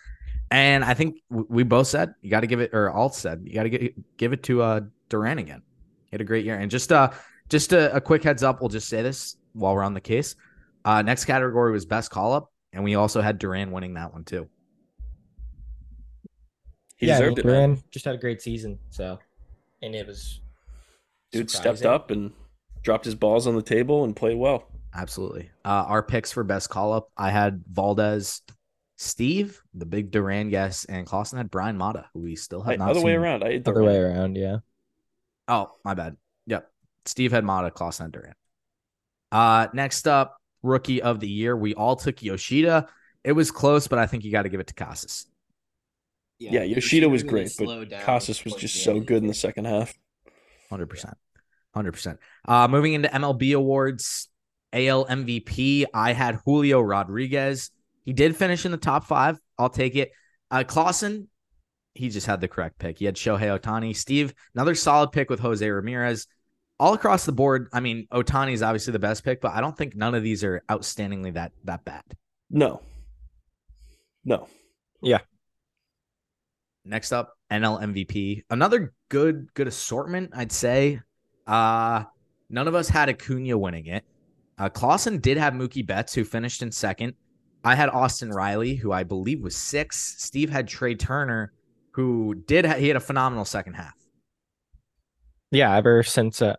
Speaker 2: and I think w- we both said you gotta give it or Alt said you gotta get, give it to uh Duran again. He had a great year. And just uh just a, a quick heads up, we'll just say this while we're on the case. Uh next category was best call up, and we also had Duran winning that one too.
Speaker 5: He deserved it. Man.
Speaker 6: just had a great season. So, and it was
Speaker 5: Dude stepped
Speaker 6: surprising.
Speaker 5: up and dropped his balls on the table and played well.
Speaker 2: Absolutely. Uh, our picks for best call up. I had Valdez, Steve, the big Duran guest, and Clausen had Brian Mata, who we still have
Speaker 5: Hey,
Speaker 2: not
Speaker 5: other
Speaker 2: seen.
Speaker 5: way around. I ate the
Speaker 6: Other way around, yeah.
Speaker 2: Oh, my bad. Yep. Steve had Mata, Clausen had Duran. Uh, next up, rookie of the year. We all took Yoshida. It was close, but I think you got to give it to Casas.
Speaker 5: Yeah, Yoshida was great, but Casas was just so good in the second half.
Speaker 2: Hundred percent, hundred percent. Uh, moving into MLB awards, AL MVP. I had Julio Rodriguez. He did finish in the top five. I'll take it. Uh, Clausen, he just had the correct pick. He had Shohei Otani. Steve, another solid pick with Jose Ramirez. All across the board, I mean, Otani is obviously the best pick, but I don't think none of these are outstandingly that that bad.
Speaker 5: No. No.
Speaker 2: Next up, NL MVP. Another good good assortment, I'd say. Uh none of us had Acuna winning it. Uh Clausen did have Mookie Betts, who finished in second. I had Austin Riley, who I believe was six. Steve had Trey Turner, who did ha- he had a phenomenal second half.
Speaker 6: Yeah, ever since uh,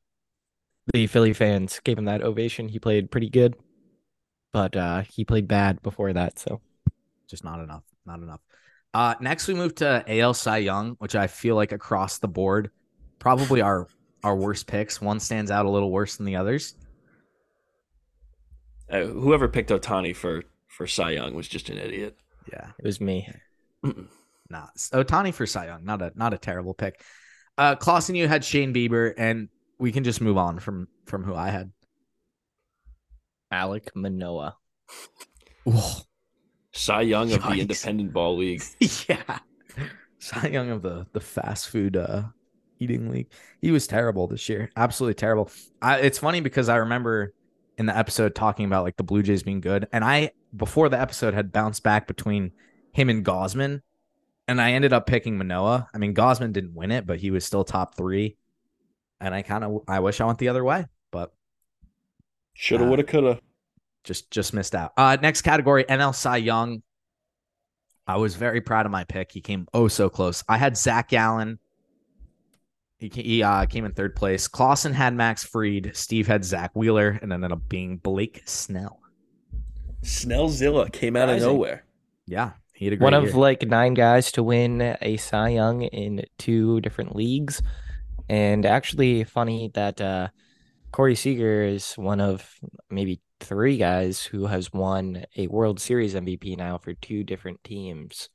Speaker 6: the Philly fans gave him that ovation, he played pretty good. But uh, he played bad before that, so
Speaker 2: Just not enough. Not enough. Uh next we move to AL Cy Young, which I feel like across the board, probably our our worst picks. One stands out a little worse than the others.
Speaker 5: Uh, whoever picked Otani for, for Cy Young was just an idiot.
Speaker 2: Yeah.
Speaker 6: it was me.
Speaker 2: Nah, Otani oh, for Cy Young, not a not a terrible pick. Uh, Clausen, you had Shane Bieber, and we can just move on from from who I had.
Speaker 6: Alec Manoa.
Speaker 5: Cy Young of
Speaker 2: Yikes.
Speaker 5: the Independent Ball League.
Speaker 2: yeah, Cy Young of the the fast food uh, eating league. He was terrible this year, absolutely terrible. I, it's funny because I remember in the episode talking about like the Blue Jays being good, and I before the episode had bounced back between him and Gosman, and I ended up picking Manoa. I mean, Gosman didn't win it, but he was still top three, and I kind of I wish I went the other way, but
Speaker 5: Shoulda,
Speaker 2: Uh,
Speaker 5: woulda, coulda.
Speaker 2: just just missed out. Uh, next category, NL Cy Young. I was very proud of my pick. He came oh so close. I had Zach Allen. He, ca- he uh, came in third place. Clausen had Max Freed. Steve had Zach Wheeler, and ended up being Blake Snell.
Speaker 5: Snellzilla came out of
Speaker 6: Surprising.
Speaker 5: nowhere.
Speaker 2: Yeah, he had a great
Speaker 4: One of
Speaker 2: year.
Speaker 4: like nine guys to win a Cy Young in two different leagues. And actually, funny that uh, Corey Seager is one of maybe three guys who has won a World Series MVP now for two different teams.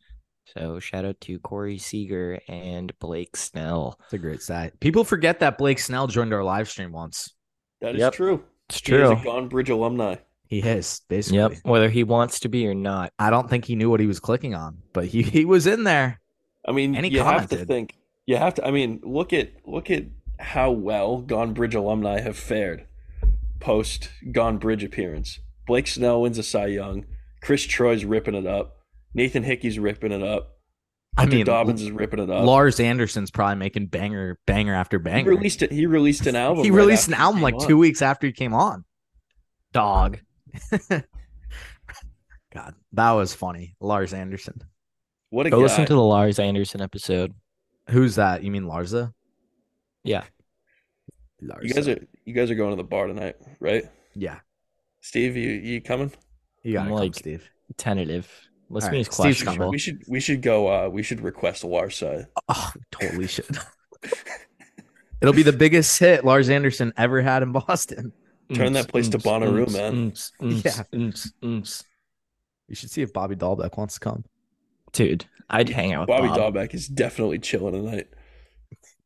Speaker 4: So shout out to Corey Seager and Blake Snell.
Speaker 2: it's a great stat. People forget that Blake Snell joined our live stream once.
Speaker 5: That is
Speaker 4: Yep.
Speaker 5: true.
Speaker 4: It's
Speaker 5: He is a Gone Bridge alumni.
Speaker 2: He is basically.
Speaker 4: Yep. Whether he wants to be or not.
Speaker 2: I don't think he knew what he was clicking on, but he he was in there.
Speaker 5: I mean,
Speaker 2: And he
Speaker 5: you have to
Speaker 2: commented.
Speaker 5: think. You have to. I mean, look at look at how well Gone Bridge alumni have fared post Gone Bridge appearance. Blake Snell wins a Cy Young. Chris Troy's ripping it up. Nathan Hickey's ripping it up.
Speaker 2: I
Speaker 5: Hunter
Speaker 2: mean,
Speaker 5: Dobbins is ripping it up.
Speaker 2: Lars Anderson's probably making banger banger after
Speaker 5: he
Speaker 2: banger.
Speaker 5: released it. He released an album.
Speaker 2: he
Speaker 5: right
Speaker 2: released an
Speaker 5: after he
Speaker 2: album like
Speaker 5: came
Speaker 2: two
Speaker 5: on.
Speaker 2: weeks after he came on.
Speaker 6: Dog.
Speaker 2: God, that was funny. Lars Anderson.
Speaker 5: What a
Speaker 6: Go
Speaker 5: guy!
Speaker 6: listen to the Lars Anderson episode.
Speaker 2: Who's that? You mean Larza?
Speaker 6: Yeah.
Speaker 2: Larza.
Speaker 5: you guys are you guys are going to the bar tonight, right?
Speaker 2: yeah.
Speaker 5: Steve, you you coming?
Speaker 2: You gotta
Speaker 6: I'm
Speaker 2: come,
Speaker 6: like-
Speaker 2: Steve.
Speaker 6: Tentative. Let's
Speaker 2: All
Speaker 6: meet
Speaker 2: right,
Speaker 6: his
Speaker 2: Steve's
Speaker 6: questionable.
Speaker 5: We should we should go. Uh, we should request Lars side.
Speaker 2: Oh, we totally should. It'll be the biggest hit Lars Anderson ever had in Boston.
Speaker 5: Turn that place to Bonnaroo, man.
Speaker 2: Yeah.
Speaker 6: man.
Speaker 2: You should see if Bobby Dahlbeck wants to come.
Speaker 6: Dude, I'd hang out with
Speaker 5: Bobby
Speaker 6: Bob.
Speaker 5: Dahlbeck is definitely chilling tonight.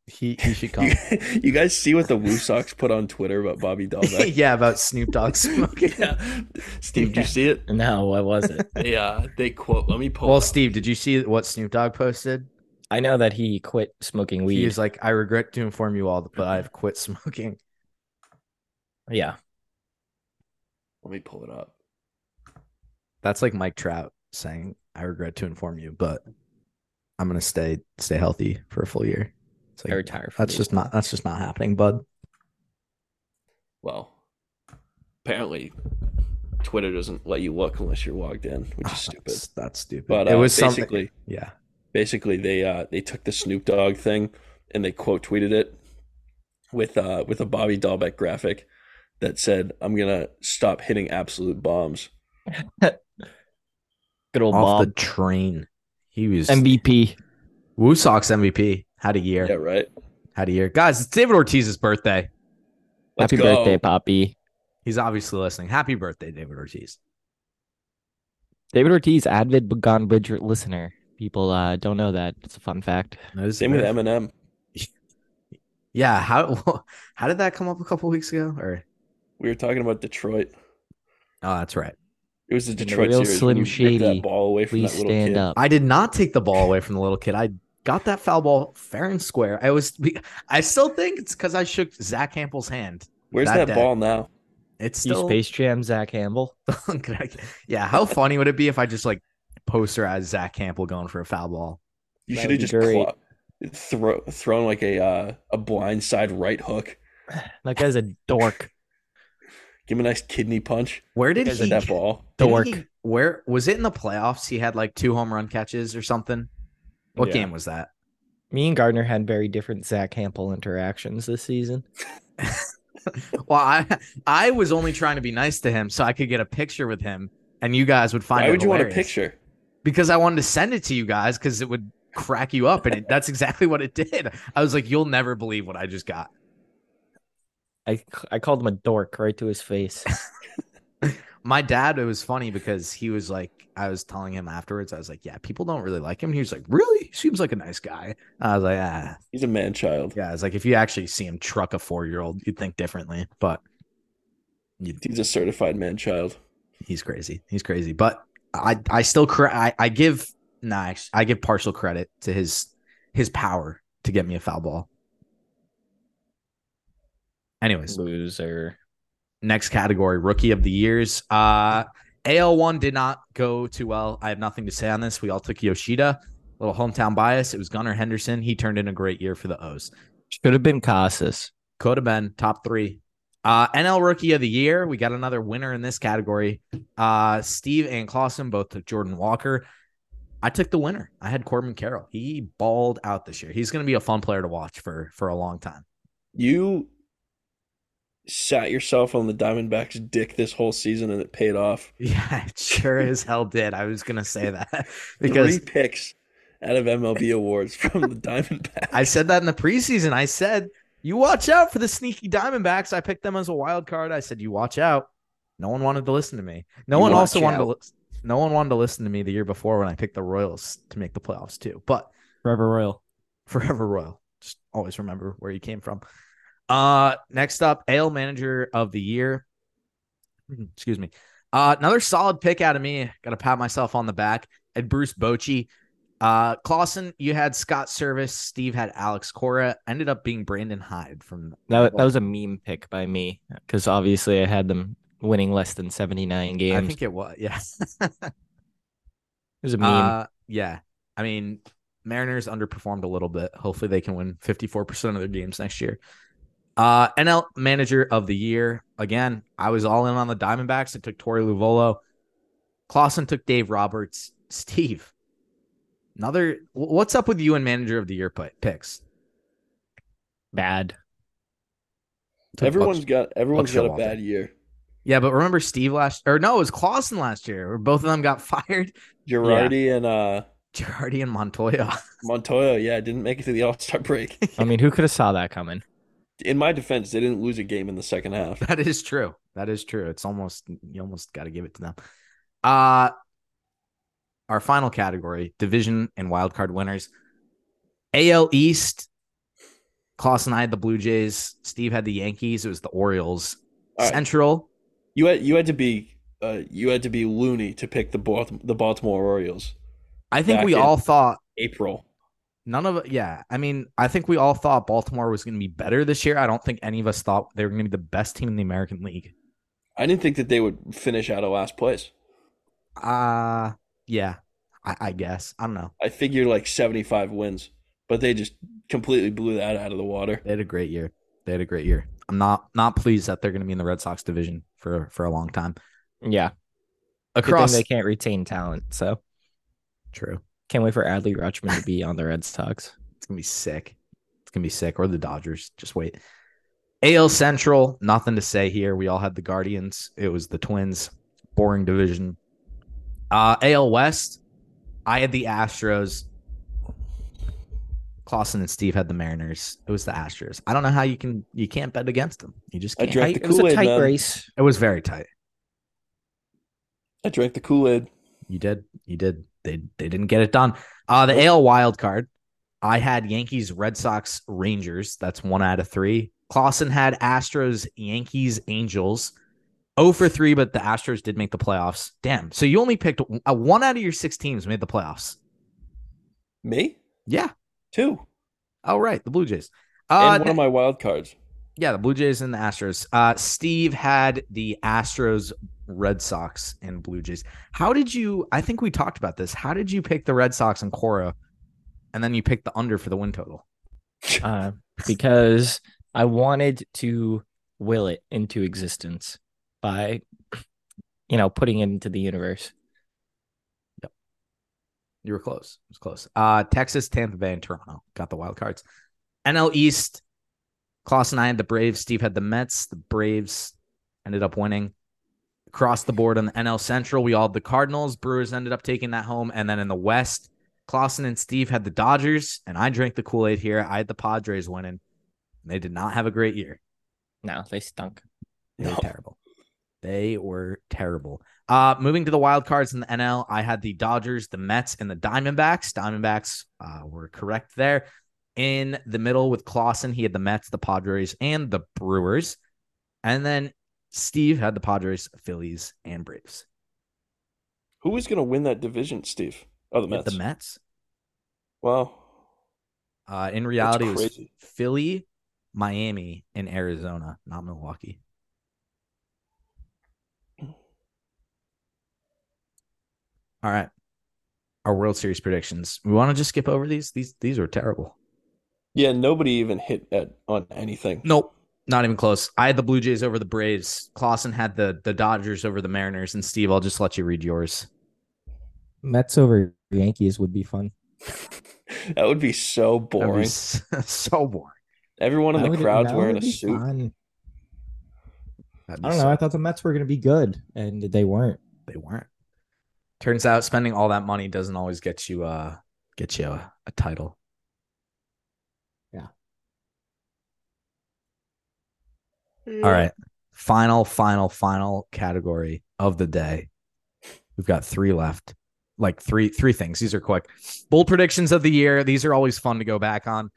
Speaker 2: He he should come.
Speaker 5: You, you guys see what the Woo Sox put on Twitter about Bobby Dahlbeck?
Speaker 2: yeah, about Snoop Dogg smoking.
Speaker 5: yeah. Steve, did you see it?
Speaker 6: No, I wasn't.
Speaker 5: They uh, they quote. Let me pull.
Speaker 2: Well,
Speaker 5: it up.
Speaker 2: Steve, did you see what Snoop Dogg posted?
Speaker 6: I know that he quit smoking
Speaker 2: He
Speaker 6: weed.
Speaker 2: was like, I regret to inform you all,
Speaker 5: Mm-hmm.
Speaker 2: but I've quit smoking.
Speaker 6: yeah.
Speaker 5: Let me pull it up.
Speaker 2: That's like Mike Trout saying, "I regret to inform you, but I'm gonna stay stay healthy for a full year." It's
Speaker 6: I
Speaker 2: like
Speaker 6: retire from
Speaker 2: that's just not that's just not happening, bud.
Speaker 5: Well, apparently, Twitter doesn't let you look unless you're logged in, which is Ah, stupid.
Speaker 2: That's, that's stupid.
Speaker 5: But uh,
Speaker 2: it was something.
Speaker 5: basically,
Speaker 2: Yeah,
Speaker 5: basically they uh, they took the Snoop Dogg thing and they quote tweeted it with uh, with a Bobby Dahlbeck graphic that said, "I'm gonna stop hitting absolute bombs."
Speaker 6: Good old
Speaker 2: off
Speaker 6: Bob.
Speaker 2: the train. He was
Speaker 6: MVP.
Speaker 2: Woo Sox MVP. Had a year.
Speaker 5: Yeah, right.
Speaker 2: Had a year. Guys, it's David Ortiz's birthday.
Speaker 5: Let's
Speaker 6: Happy
Speaker 5: go.
Speaker 6: birthday, Poppy.
Speaker 2: He's obviously listening. Happy birthday, David Ortiz.
Speaker 6: David Ortiz, avid Gone Bridge listener. People uh, don't know that. It's a fun fact.
Speaker 2: That is
Speaker 5: Same with
Speaker 2: very-
Speaker 5: Eminem.
Speaker 2: Yeah, how how did that come up a couple weeks ago? Or
Speaker 5: We were talking about Detroit.
Speaker 2: oh, that's right.
Speaker 5: It was the
Speaker 6: the
Speaker 5: Detroit
Speaker 6: real
Speaker 5: series.
Speaker 6: Slim
Speaker 5: when you ripped
Speaker 6: Shady,
Speaker 5: that ball away from
Speaker 6: Please
Speaker 5: that little
Speaker 6: stand
Speaker 5: kid.
Speaker 6: up.
Speaker 2: I did not take the ball away from the little kid. I got that foul ball fair and square. I was we- I still think it's because I shook Zach Campbell's hand.
Speaker 5: Where's
Speaker 2: That
Speaker 5: that,
Speaker 2: day.
Speaker 5: ball now?
Speaker 2: It's
Speaker 6: You
Speaker 2: still
Speaker 6: Space Jam, Zach Campbell.
Speaker 2: Could I- yeah, how funny would it be if I just like posterized Zach Campbell going for a foul ball?
Speaker 5: You
Speaker 6: That
Speaker 5: should
Speaker 6: would be
Speaker 5: have just
Speaker 6: great.
Speaker 5: clo- throw, thrown like a uh, a blind side right hook.
Speaker 6: That guy's a dork.
Speaker 5: Give him a nice kidney punch.
Speaker 2: Where did
Speaker 5: Is
Speaker 2: he
Speaker 5: it that ball?
Speaker 2: didn't
Speaker 6: Dork.
Speaker 2: he- where was it in the playoffs? He had like two home run catches or something. What
Speaker 5: Yeah.
Speaker 2: game was that?
Speaker 6: Me and Gardner had very different Zach Campbell interactions this season.
Speaker 2: Well, I I was only trying to be nice to him so I could get a picture with him, and you guys would find.
Speaker 5: Why
Speaker 2: it
Speaker 5: would you want a
Speaker 2: hilarious.
Speaker 5: picture?
Speaker 2: Because I wanted to send it to you guys because it would crack you up, and it, that's exactly what it did. I was like, "You'll never believe what I just got."
Speaker 6: I I called him a dork right to his face.
Speaker 2: My dad, it was funny because he was like, I was telling him afterwards, I was like, "Yeah, people don't really like him." He was like, "Really? He seems like a nice guy." I was like, "Ah,
Speaker 5: He's a man child.
Speaker 2: yeah." I was like, "If you actually see him truck a four year old, you'd think differently." But you,
Speaker 5: He's a certified man child.
Speaker 2: he's crazy. He's crazy. But I I still cre- I, I give nah actu- I give partial credit to his his power to get me a foul ball. Anyways,
Speaker 6: Loser.
Speaker 2: next category rookie of the years. Uh AL1 did not go too well. I have nothing to say on this. We all took Yoshida. A little hometown bias. It was Gunnar Henderson. He turned in a great year for the O's.
Speaker 6: Should have been Casas.
Speaker 2: Could have been top three. Uh, NL Rookie of the Year. We got another winner in this category. Uh, Steve and Clausen both took Jordan Walker. I took the winner. I had Corbin Carroll. He balled out this year. He's going to be a fun player to watch for for a long time.
Speaker 5: You sat yourself on the Diamondbacks' dick this whole season, and it paid off.
Speaker 2: Yeah, it sure as hell did. I was going to say that because
Speaker 5: Three picks out of MLB awards from the Diamondbacks.
Speaker 2: I said that in the preseason. I said you watch out for the sneaky Diamondbacks. I picked them as a wild card. I said you watch out. No one wanted to listen to me. No
Speaker 5: You
Speaker 2: one also
Speaker 5: watch
Speaker 2: wanted to.
Speaker 5: out.
Speaker 2: lis- No one wanted to listen to me the year before when I picked the Royals to make the playoffs too. But
Speaker 6: Forever Royal.
Speaker 2: forever royal. Just always remember where you came from. Uh, next up, Ale Manager of the Year. Hmm, Excuse me. Uh, another solid pick out of me. Got to pat myself on the back. And Bruce Bochy. Uh, Clausen, you had Scott Service. Steve had Alex Cora. Ended up being Brandon Hyde from
Speaker 6: That, that was a meme pick by me because obviously I had them winning less than 79 games.
Speaker 2: I think it was. Yeah.
Speaker 6: it was a meme.
Speaker 2: Uh, yeah. I mean, Mariners underperformed a little bit. Hopefully, they can win 54% of their games next year. Uh, NL Manager of the Year. Again, I was all in on the Diamondbacks. I took Tori Luvolo. Clausen took Dave Roberts. Steve. Another. wh- What's up with you and Manager of the Year pi- picks?
Speaker 6: Bad.
Speaker 2: Took
Speaker 5: Everyone's
Speaker 2: Bucks-
Speaker 5: got everyone's
Speaker 2: Buckshot
Speaker 5: got a
Speaker 2: Walker.
Speaker 5: bad year.
Speaker 2: Yeah, but remember Steve last or no, it was Clausen last year. Where both of them got fired.
Speaker 5: Girardi and uh,
Speaker 2: Girardi and Montoya.
Speaker 5: Montoya, yeah, didn't make it to the All Star break.
Speaker 6: I mean, who could have saw that coming?
Speaker 5: In my defense, they didn't lose a game in the second half.
Speaker 2: That is true. That is true. It's almost you almost got to give it to them. Uh our final category, division and wildcard winners. AL East. Klaus and I had the Blue Jays. Steve had the Yankees. It was the Orioles.
Speaker 5: All right.
Speaker 2: Central.
Speaker 5: You had you had to be uh, you had to be loony to pick the Balt- the Baltimore Orioles.
Speaker 2: I think we
Speaker 5: Back in.
Speaker 2: all thought
Speaker 5: April.
Speaker 2: none of yeah. I mean, I think we all thought Baltimore was going to be better this year. I don't think any of us thought they were going to be the best team in the American League.
Speaker 5: I didn't think that they would finish out of last place.
Speaker 2: Uh yeah. I, I guess I don't know.
Speaker 5: I figured like seventy five wins, but they just completely blew that out of the water.
Speaker 2: They had a great year. They had a great year. I'm not not pleased that they're going to be in the Red Sox division for for a long time.
Speaker 6: Yeah. Good thing
Speaker 2: Across
Speaker 6: they can't retain talent. So
Speaker 2: true,
Speaker 6: can't wait for Adley Rutschman to be on the Red Sox.
Speaker 2: it's gonna be sick. It's gonna be sick. Or the Dodgers. Just wait. AL Central. Nothing to say here. We all had the Guardians. It was the Twins. Boring division. Uh, AL West, I had the Astros. Clausen and Steve had the Mariners. It was the Astros. I don't know how you can you can't bet against them. You just
Speaker 5: I
Speaker 2: can't.
Speaker 5: drank
Speaker 6: Tight-
Speaker 5: the
Speaker 6: it was
Speaker 5: Kool
Speaker 6: a
Speaker 5: Aid,
Speaker 6: tight
Speaker 5: man.
Speaker 6: race.
Speaker 2: It was very tight.
Speaker 5: I drank the Kool Aid.
Speaker 2: You did. You did. They they didn't get it done. Uh the AL wild card. I had Yankees, Red Sox, Rangers. That's one out of three. Clausen had Astros, Yankees, Angels. 0 for three, but the Astros did make the playoffs. Damn. So you only picked uh, one out of your six teams made the playoffs.
Speaker 5: Me
Speaker 2: Yeah.
Speaker 5: too,
Speaker 2: Oh right, the Blue Jays. Uh,
Speaker 5: and one of my wild cards.
Speaker 2: yeah, the Blue Jays and the Astros. Uh, Steve had the Astros, Red Sox, and Blue Jays. How did you? I think we talked about this. How did you pick the Red Sox and Cora, and then you picked the under for the win total?
Speaker 6: uh, because I wanted to will it into existence by, you know, putting it into the universe.
Speaker 2: You were close. It was close. Uh, Texas, Tampa Bay, and Toronto got the wild cards. NL East. Klaus and I had the Braves. Steve had the Mets. The Braves ended up winning. Across the board on the NL Central, we all had the Cardinals. Brewers ended up taking that home. And then in the West, Clausen and Steve had the Dodgers, and I drank the Kool Aid here. I had the Padres winning. And they did not have a great year.
Speaker 6: No, they stunk.
Speaker 2: They
Speaker 5: No.
Speaker 2: were terrible. They were terrible. Uh, moving to the wild cards in the NL, I had the Dodgers, the Mets, and the Diamondbacks. Diamondbacks uh, were correct there. In the middle with Clausen, he had the Mets, the Padres, and the Brewers. And then Steve had the Padres, Phillies, and Braves.
Speaker 5: Who is going to win that division, Steve? Oh, the
Speaker 2: He had
Speaker 5: Mets.
Speaker 2: The Mets.
Speaker 5: Wow.
Speaker 2: Uh, in reality, it was
Speaker 5: crazy.
Speaker 2: Philly, Miami, and Arizona, not Milwaukee. All right, our World Series predictions. We want to just skip over these. These these are terrible.
Speaker 5: Yeah, nobody even hit at, on anything.
Speaker 2: Nope, not even close. I had the Blue Jays over the Braves. Clausen had the the Dodgers over the Mariners. And Steve, I'll just let you read yours.
Speaker 6: Mets over Yankees would be fun.
Speaker 5: that would be so
Speaker 2: That'd be
Speaker 5: boring.
Speaker 2: s- e, so boring.
Speaker 5: Everyone in
Speaker 6: e-
Speaker 5: the crowd's wearing a suit.
Speaker 2: That'd be
Speaker 6: I don't
Speaker 2: so-
Speaker 6: know. I thought the Mets were going to be good, and they weren't.
Speaker 2: they weren't. Turns out spending all that money doesn't always get you uh get you a, a title.
Speaker 6: Yeah.
Speaker 2: All right. Final, final, final category of the day. We've got three left. Like three, three things. These are quick. Bold predictions of the year. These are always fun to go back on.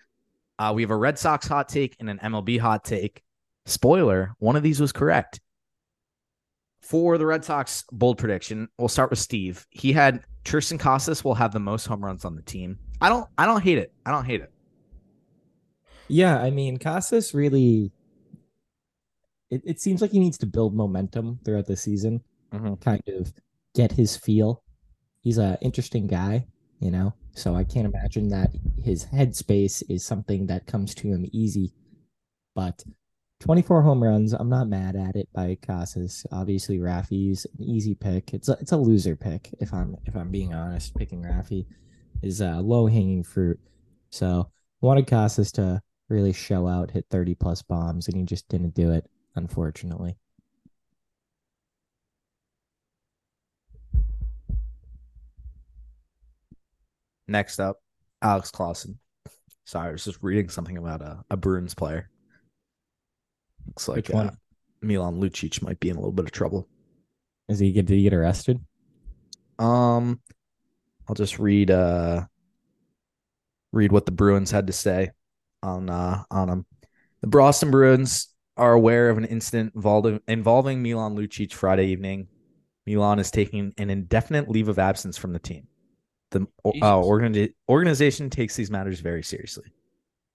Speaker 2: Uh, we have a Red Sox hot take and an MLB hot take. Spoiler: one of these was correct for the Red Sox bold prediction, we'll start with Steve. He had Tristan Casas will have the most home runs on the team. I don't I don't hate it. I don't hate it.
Speaker 6: Yeah, I mean, Casas really. It, it seems like he needs to build momentum throughout the season,
Speaker 2: Mhm.
Speaker 6: kind of get his feel. He's an interesting guy, you know. So I can't imagine that his headspace is something that comes to him easy. But 24 home runs, I'm not mad at it by Casas. Obviously, Rafi's an easy pick. It's a, it's a loser pick if I'm if I'm being honest. Picking Rafi is uh, low hanging fruit. So wanted Casas to really show out, hit 30 plus bombs, and he just didn't do it, unfortunately.
Speaker 2: Next up, Alex Clausen. Sorry, I was just reading something about a, a Bruins player. Looks like
Speaker 6: Which one?
Speaker 2: Uh, Milan Lucic might be in a little bit of trouble.
Speaker 6: Is he did he get arrested?
Speaker 2: Um I'll just read uh read what the Bruins had to say on uh on him. The Boston Bruins are aware of an incident involving involving Milan Lucic Friday evening. Milan is taking an indefinite leave of absence from the team. The
Speaker 3: Jesus.
Speaker 2: uh, organi- organization takes these matters very seriously.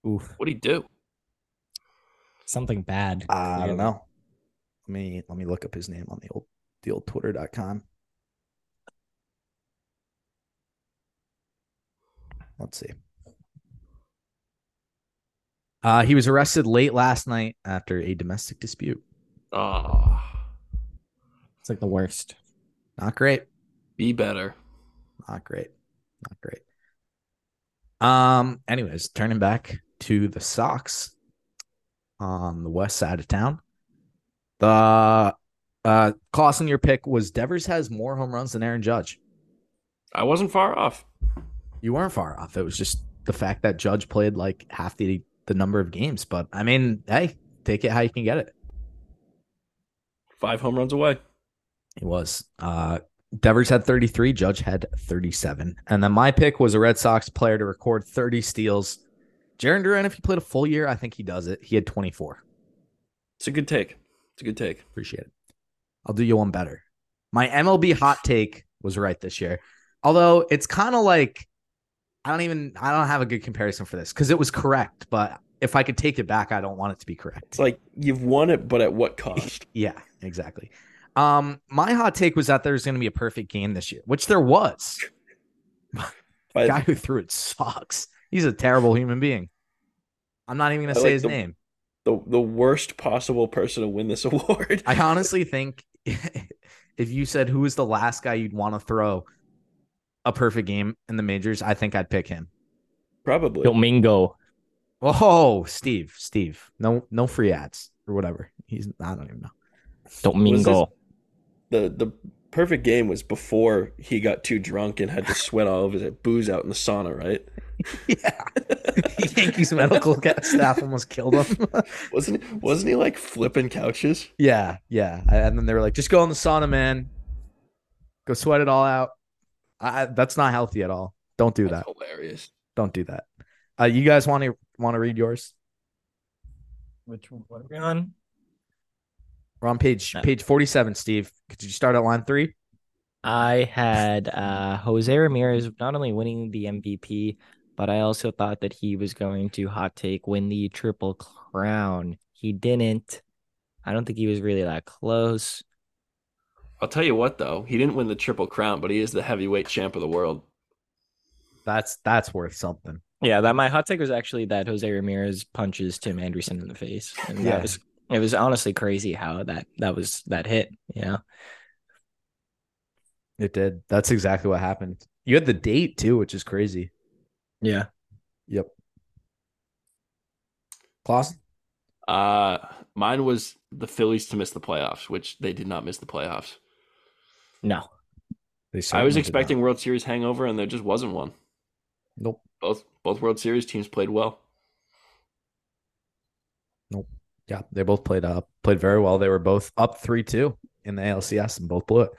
Speaker 2: Oof.
Speaker 3: What'd he do?
Speaker 6: Something bad.
Speaker 2: I don't
Speaker 6: clearly.
Speaker 2: know. Let me let me look up his name on the old the old twitter.com. Let's see. Uh, he was arrested late last night after a domestic dispute.
Speaker 3: Ah,
Speaker 6: It's like the worst.
Speaker 2: Not great.
Speaker 3: be better.
Speaker 2: Not great. Not great. Um, anyways, turning back to the Sox on the west side of town. The uh Clausen, your pick was Devers has more home runs than Aaron Judge.
Speaker 3: I wasn't far off.
Speaker 2: You weren't far off. It was just the fact that Judge played like half the the number of games. But I mean, hey, take it how you can get it.
Speaker 3: Five home runs away.
Speaker 2: It was. Uh Devers had 33, Judge had 37. And then my pick was a Red Sox player to record 30 steals. Jaron Duran, if he played a full year, I think he does it. He had 24.
Speaker 3: It's a good take. It's a good take.
Speaker 2: Appreciate it. I'll do you one better. My MLB hot take was right this year. Although it's kind of like I don't even I don't have a good comparison for this because it was correct, but if I could take it back, I don't want it to be correct.
Speaker 5: It's like you've won it, but at what cost?
Speaker 2: Yeah, exactly. Um, my hot take was that there's going to be a perfect game this year, which there was. the
Speaker 5: But-
Speaker 2: guy who threw it sucks. He's a terrible human being. I'm not even going
Speaker 5: I
Speaker 2: to say
Speaker 5: like
Speaker 2: his
Speaker 5: the-
Speaker 2: name.
Speaker 5: The the worst possible person to win this award.
Speaker 2: I honestly think if you said who is the last guy you'd want to throw a perfect game in the majors, I think I'd pick him.
Speaker 5: Probably.
Speaker 6: Domingo.
Speaker 2: Oh, Steve, Steve. No, no free ads or whatever. He's I don't even know.
Speaker 6: Domingo.
Speaker 5: The the perfect game was before he got too drunk and had to sweat all over his booze out in the sauna, right?
Speaker 2: Yeah. Yankees medical ca- staff almost killed him.
Speaker 5: Wasn't wasn't he like flipping couches?
Speaker 2: yeah, yeah. I- And then they were like, just go in the sauna, man. Go sweat it all out. I, I- that's not healthy at all. Don't do that.
Speaker 5: That's hilarious.
Speaker 2: Don't do that. Uh, you guys want to want to read yours?
Speaker 4: Which one are we on?
Speaker 2: We're on page page forty seven. Steve, could you start at line three?
Speaker 6: I had uh, Jose Ramirez not only winning the MVP, but I also thought that he was going to hot take win the triple crown. He didn't. I don't think he was really that close.
Speaker 3: I'll tell you what though, he didn't win the triple crown, but he is the heavyweight champ of the world.
Speaker 2: That's that's worth something.
Speaker 6: Yeah, that my hot take was actually that Jose Ramirez punches Tim Anderson in the face. And
Speaker 2: Yeah.
Speaker 6: that was it was honestly crazy how that that was that hit, you know.
Speaker 2: It did. That's exactly what happened. You had the date too, which is crazy.
Speaker 6: Yeah.
Speaker 2: Yep. Clausen?
Speaker 3: Uh, mine was the Phillies to miss the playoffs, which they did not miss the playoffs.
Speaker 6: No.
Speaker 3: I
Speaker 2: They
Speaker 3: was
Speaker 2: certainly did not.
Speaker 3: expecting World Series hangover, and there just wasn't one.
Speaker 2: Nope.
Speaker 3: Both both World Series teams played well.
Speaker 2: Yeah, they both played uh played very well. They were both up three two in the ALCS and both blew it.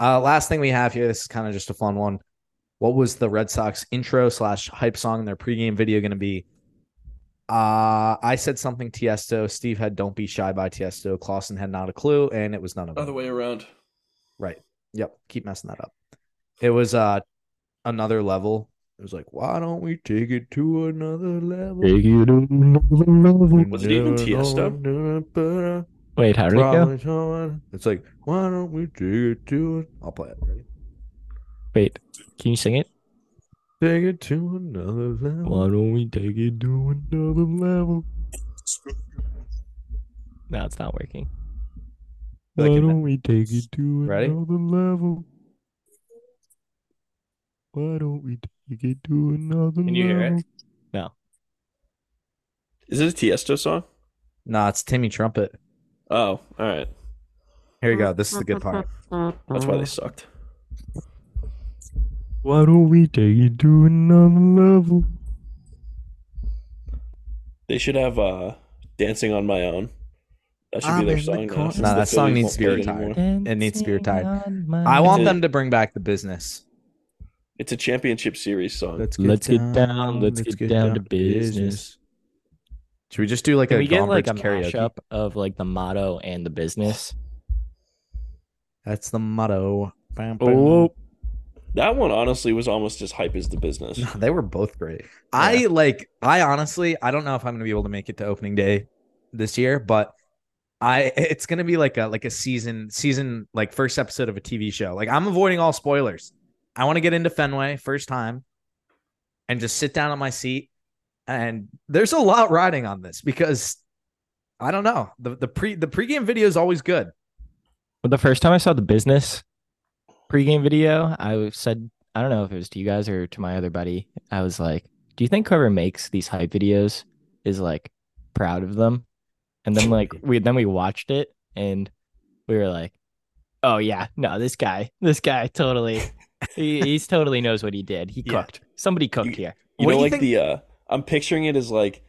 Speaker 2: Uh, last thing we have here, this is kind of just a fun one. What was the Red Sox intro slash hype song in their pregame video going to be? Uh, I said something Tiesto. Steve had "Don't Be Shy" by Tiesto. Clausen had not a clue, and it was none of them.
Speaker 5: Other way around.
Speaker 2: Yep, keep messing that up. It was uh another level. It was like, why don't we take it to another level?
Speaker 5: Was it even
Speaker 2: Tiesto?
Speaker 6: Wait, how did it go?
Speaker 2: It's like, why don't we take it to it? I'll play it. Ready?
Speaker 6: Wait, can you sing it?
Speaker 2: Take it to another level.
Speaker 6: Why don't we take it to another level? No, it's not working.
Speaker 2: Like in the-
Speaker 6: we take it to
Speaker 2: Ready?
Speaker 6: another level? Why don't we take it to another
Speaker 5: Can you hear it?
Speaker 6: No.
Speaker 5: Is it a Tiesto song?
Speaker 2: Nah, it's Timmy Trumpet.
Speaker 5: Oh, all right.
Speaker 2: Here you go. This is the good part.
Speaker 5: That's
Speaker 3: Mm.
Speaker 5: why they sucked.
Speaker 6: Why don't we take it to another level?
Speaker 5: They should have uh Dancing on My Own. That should
Speaker 2: I'm
Speaker 5: be their
Speaker 2: in the
Speaker 5: song. now,
Speaker 2: corner.
Speaker 5: since
Speaker 2: Nah,
Speaker 5: the
Speaker 2: that song
Speaker 5: Phillies
Speaker 2: needs
Speaker 5: won't
Speaker 2: to be
Speaker 5: play it
Speaker 2: retired.
Speaker 5: anymore.
Speaker 2: It needs to be retired. I
Speaker 6: I
Speaker 2: want them to bring back the business.
Speaker 5: It's a championship series song.
Speaker 2: Let's
Speaker 6: Let's get down, let's get down to business.
Speaker 2: Should we just do like
Speaker 6: Can
Speaker 2: a
Speaker 6: we get like a
Speaker 2: Gombrich karaoke?
Speaker 6: mashup of like the motto and the business?
Speaker 2: That's the motto. Bam, bam.
Speaker 6: Oh.
Speaker 5: That one honestly was almost as hype as the business.
Speaker 2: No, they were both great. I like I honestly I don't know if I'm gonna be able to make it to opening day this year, but I it's gonna be like a like a season season like first episode of a TV show. Like I'm avoiding all spoilers. I want to get into Fenway first time and just sit down on my seat. And there's a lot riding on this because I don't know. The the pre the pregame video is always good.
Speaker 6: Well, the first time I saw the business pregame video, I said, I don't know if it was to you guys or to my other buddy. I was like, Do you think whoever makes these hype videos is like proud of them? And then like we then we watched it and we were like, Oh yeah, no, this guy, this guy totally
Speaker 7: he he's totally knows what he did. He
Speaker 2: Yeah.
Speaker 7: cooked. Somebody cooked here.
Speaker 5: You
Speaker 2: What
Speaker 5: know,
Speaker 2: do you
Speaker 5: like
Speaker 2: think-
Speaker 5: the uh, I'm picturing it as like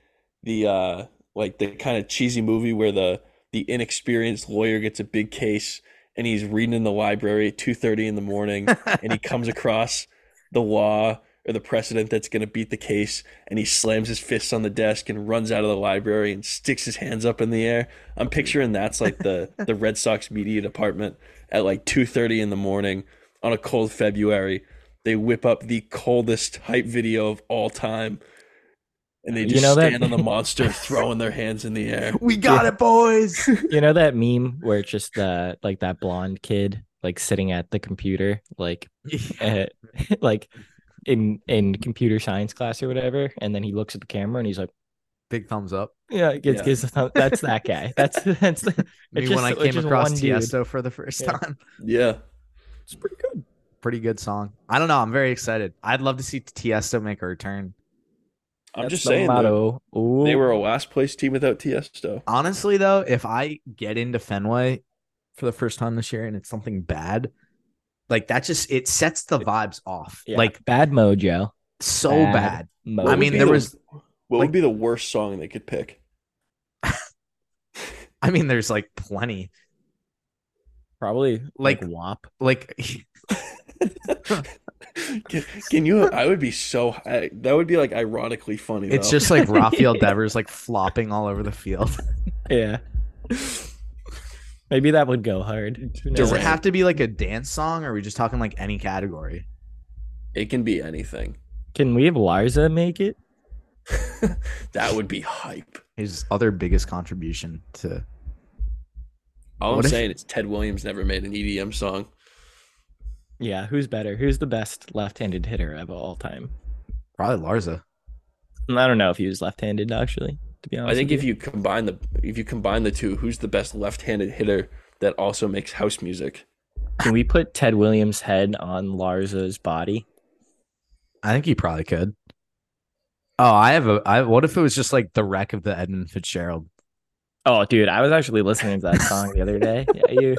Speaker 5: the uh, like the kind of cheesy movie where the the inexperienced lawyer gets a big case and he's reading in the library at two thirty in the morning and he comes across the law or the precedent that's going to beat the case and he slams his fists on the desk and runs out of the library and sticks his hands up in the air i'm picturing that's like the the red sox media department at like 2.30 in the morning on a cold february they whip up the coldest hype video of all time and they
Speaker 6: You
Speaker 5: just
Speaker 6: know that-
Speaker 5: stand on the monster throwing their hands in the air
Speaker 2: we got it, boys.
Speaker 7: You know that meme where it's just the like that blonde kid like sitting at the computer like uh, like in in computer science class or whatever, and then he looks at the camera and he's like,
Speaker 2: Big thumbs up.
Speaker 7: "Yeah, it gets,
Speaker 5: Yeah.
Speaker 7: gets a thumb- that's that guy. That's that's
Speaker 2: Me when
Speaker 7: It's just-
Speaker 2: I
Speaker 7: it's
Speaker 2: came
Speaker 7: just
Speaker 2: across
Speaker 7: one dude.
Speaker 2: Tiesto for the first
Speaker 7: Yeah.
Speaker 2: time.
Speaker 5: yeah
Speaker 2: It's pretty good. Pretty good song. I don't know. I'm very excited. I'd love to see Tiesto make a return.
Speaker 5: i'm
Speaker 7: that's
Speaker 5: just
Speaker 7: the
Speaker 5: saying though,
Speaker 7: motto. Ooh.
Speaker 5: they were a last place team without tiesto
Speaker 2: Honestly, though, if I get into Fenway for the first time this year and it's something bad, like that just it sets the vibes off.
Speaker 7: Yeah.
Speaker 2: Like
Speaker 7: bad mojo.
Speaker 2: so
Speaker 7: Bad.
Speaker 2: bad.
Speaker 7: Mojo.
Speaker 2: I mean,
Speaker 5: be
Speaker 2: there
Speaker 5: the-
Speaker 2: was
Speaker 5: what
Speaker 2: like-
Speaker 5: would be the worst song they could pick
Speaker 2: I mean, there's like plenty.
Speaker 7: probably
Speaker 2: like-
Speaker 7: like, WAP.
Speaker 2: Like
Speaker 5: can, can you? I would be so. I, that would be like ironically funny.
Speaker 2: it's
Speaker 5: though.
Speaker 2: just like Rafael Devers like flopping all over the field.
Speaker 7: Yeah. Maybe that would go hard. Who
Speaker 2: Does
Speaker 7: knows?
Speaker 2: it have to be like a dance song or are we just talking like any category?
Speaker 5: it can be anything.
Speaker 7: Can we have Larza make it?
Speaker 5: that would be hype.
Speaker 2: His other biggest contribution to
Speaker 5: All
Speaker 2: What
Speaker 5: I'm
Speaker 2: if-
Speaker 5: saying is Ted Williams never made an EDM song.
Speaker 7: Yeah, who's better? Who's the best left-handed hitter of all time?
Speaker 2: probably Larza.
Speaker 7: And I don't know if he was left-handed actually. To be honest,
Speaker 5: I think
Speaker 7: with
Speaker 5: if you combine the if you combine the two, who's the best left-handed hitter that also makes house music?
Speaker 7: can we put Ted Williams' head on Larza's body?
Speaker 2: I think he probably could. Oh, I have a. I, what if it was just like the wreck of the Edmund Fitzgerald?
Speaker 7: Oh, dude, I was actually listening to that song the other day. Yeah, you,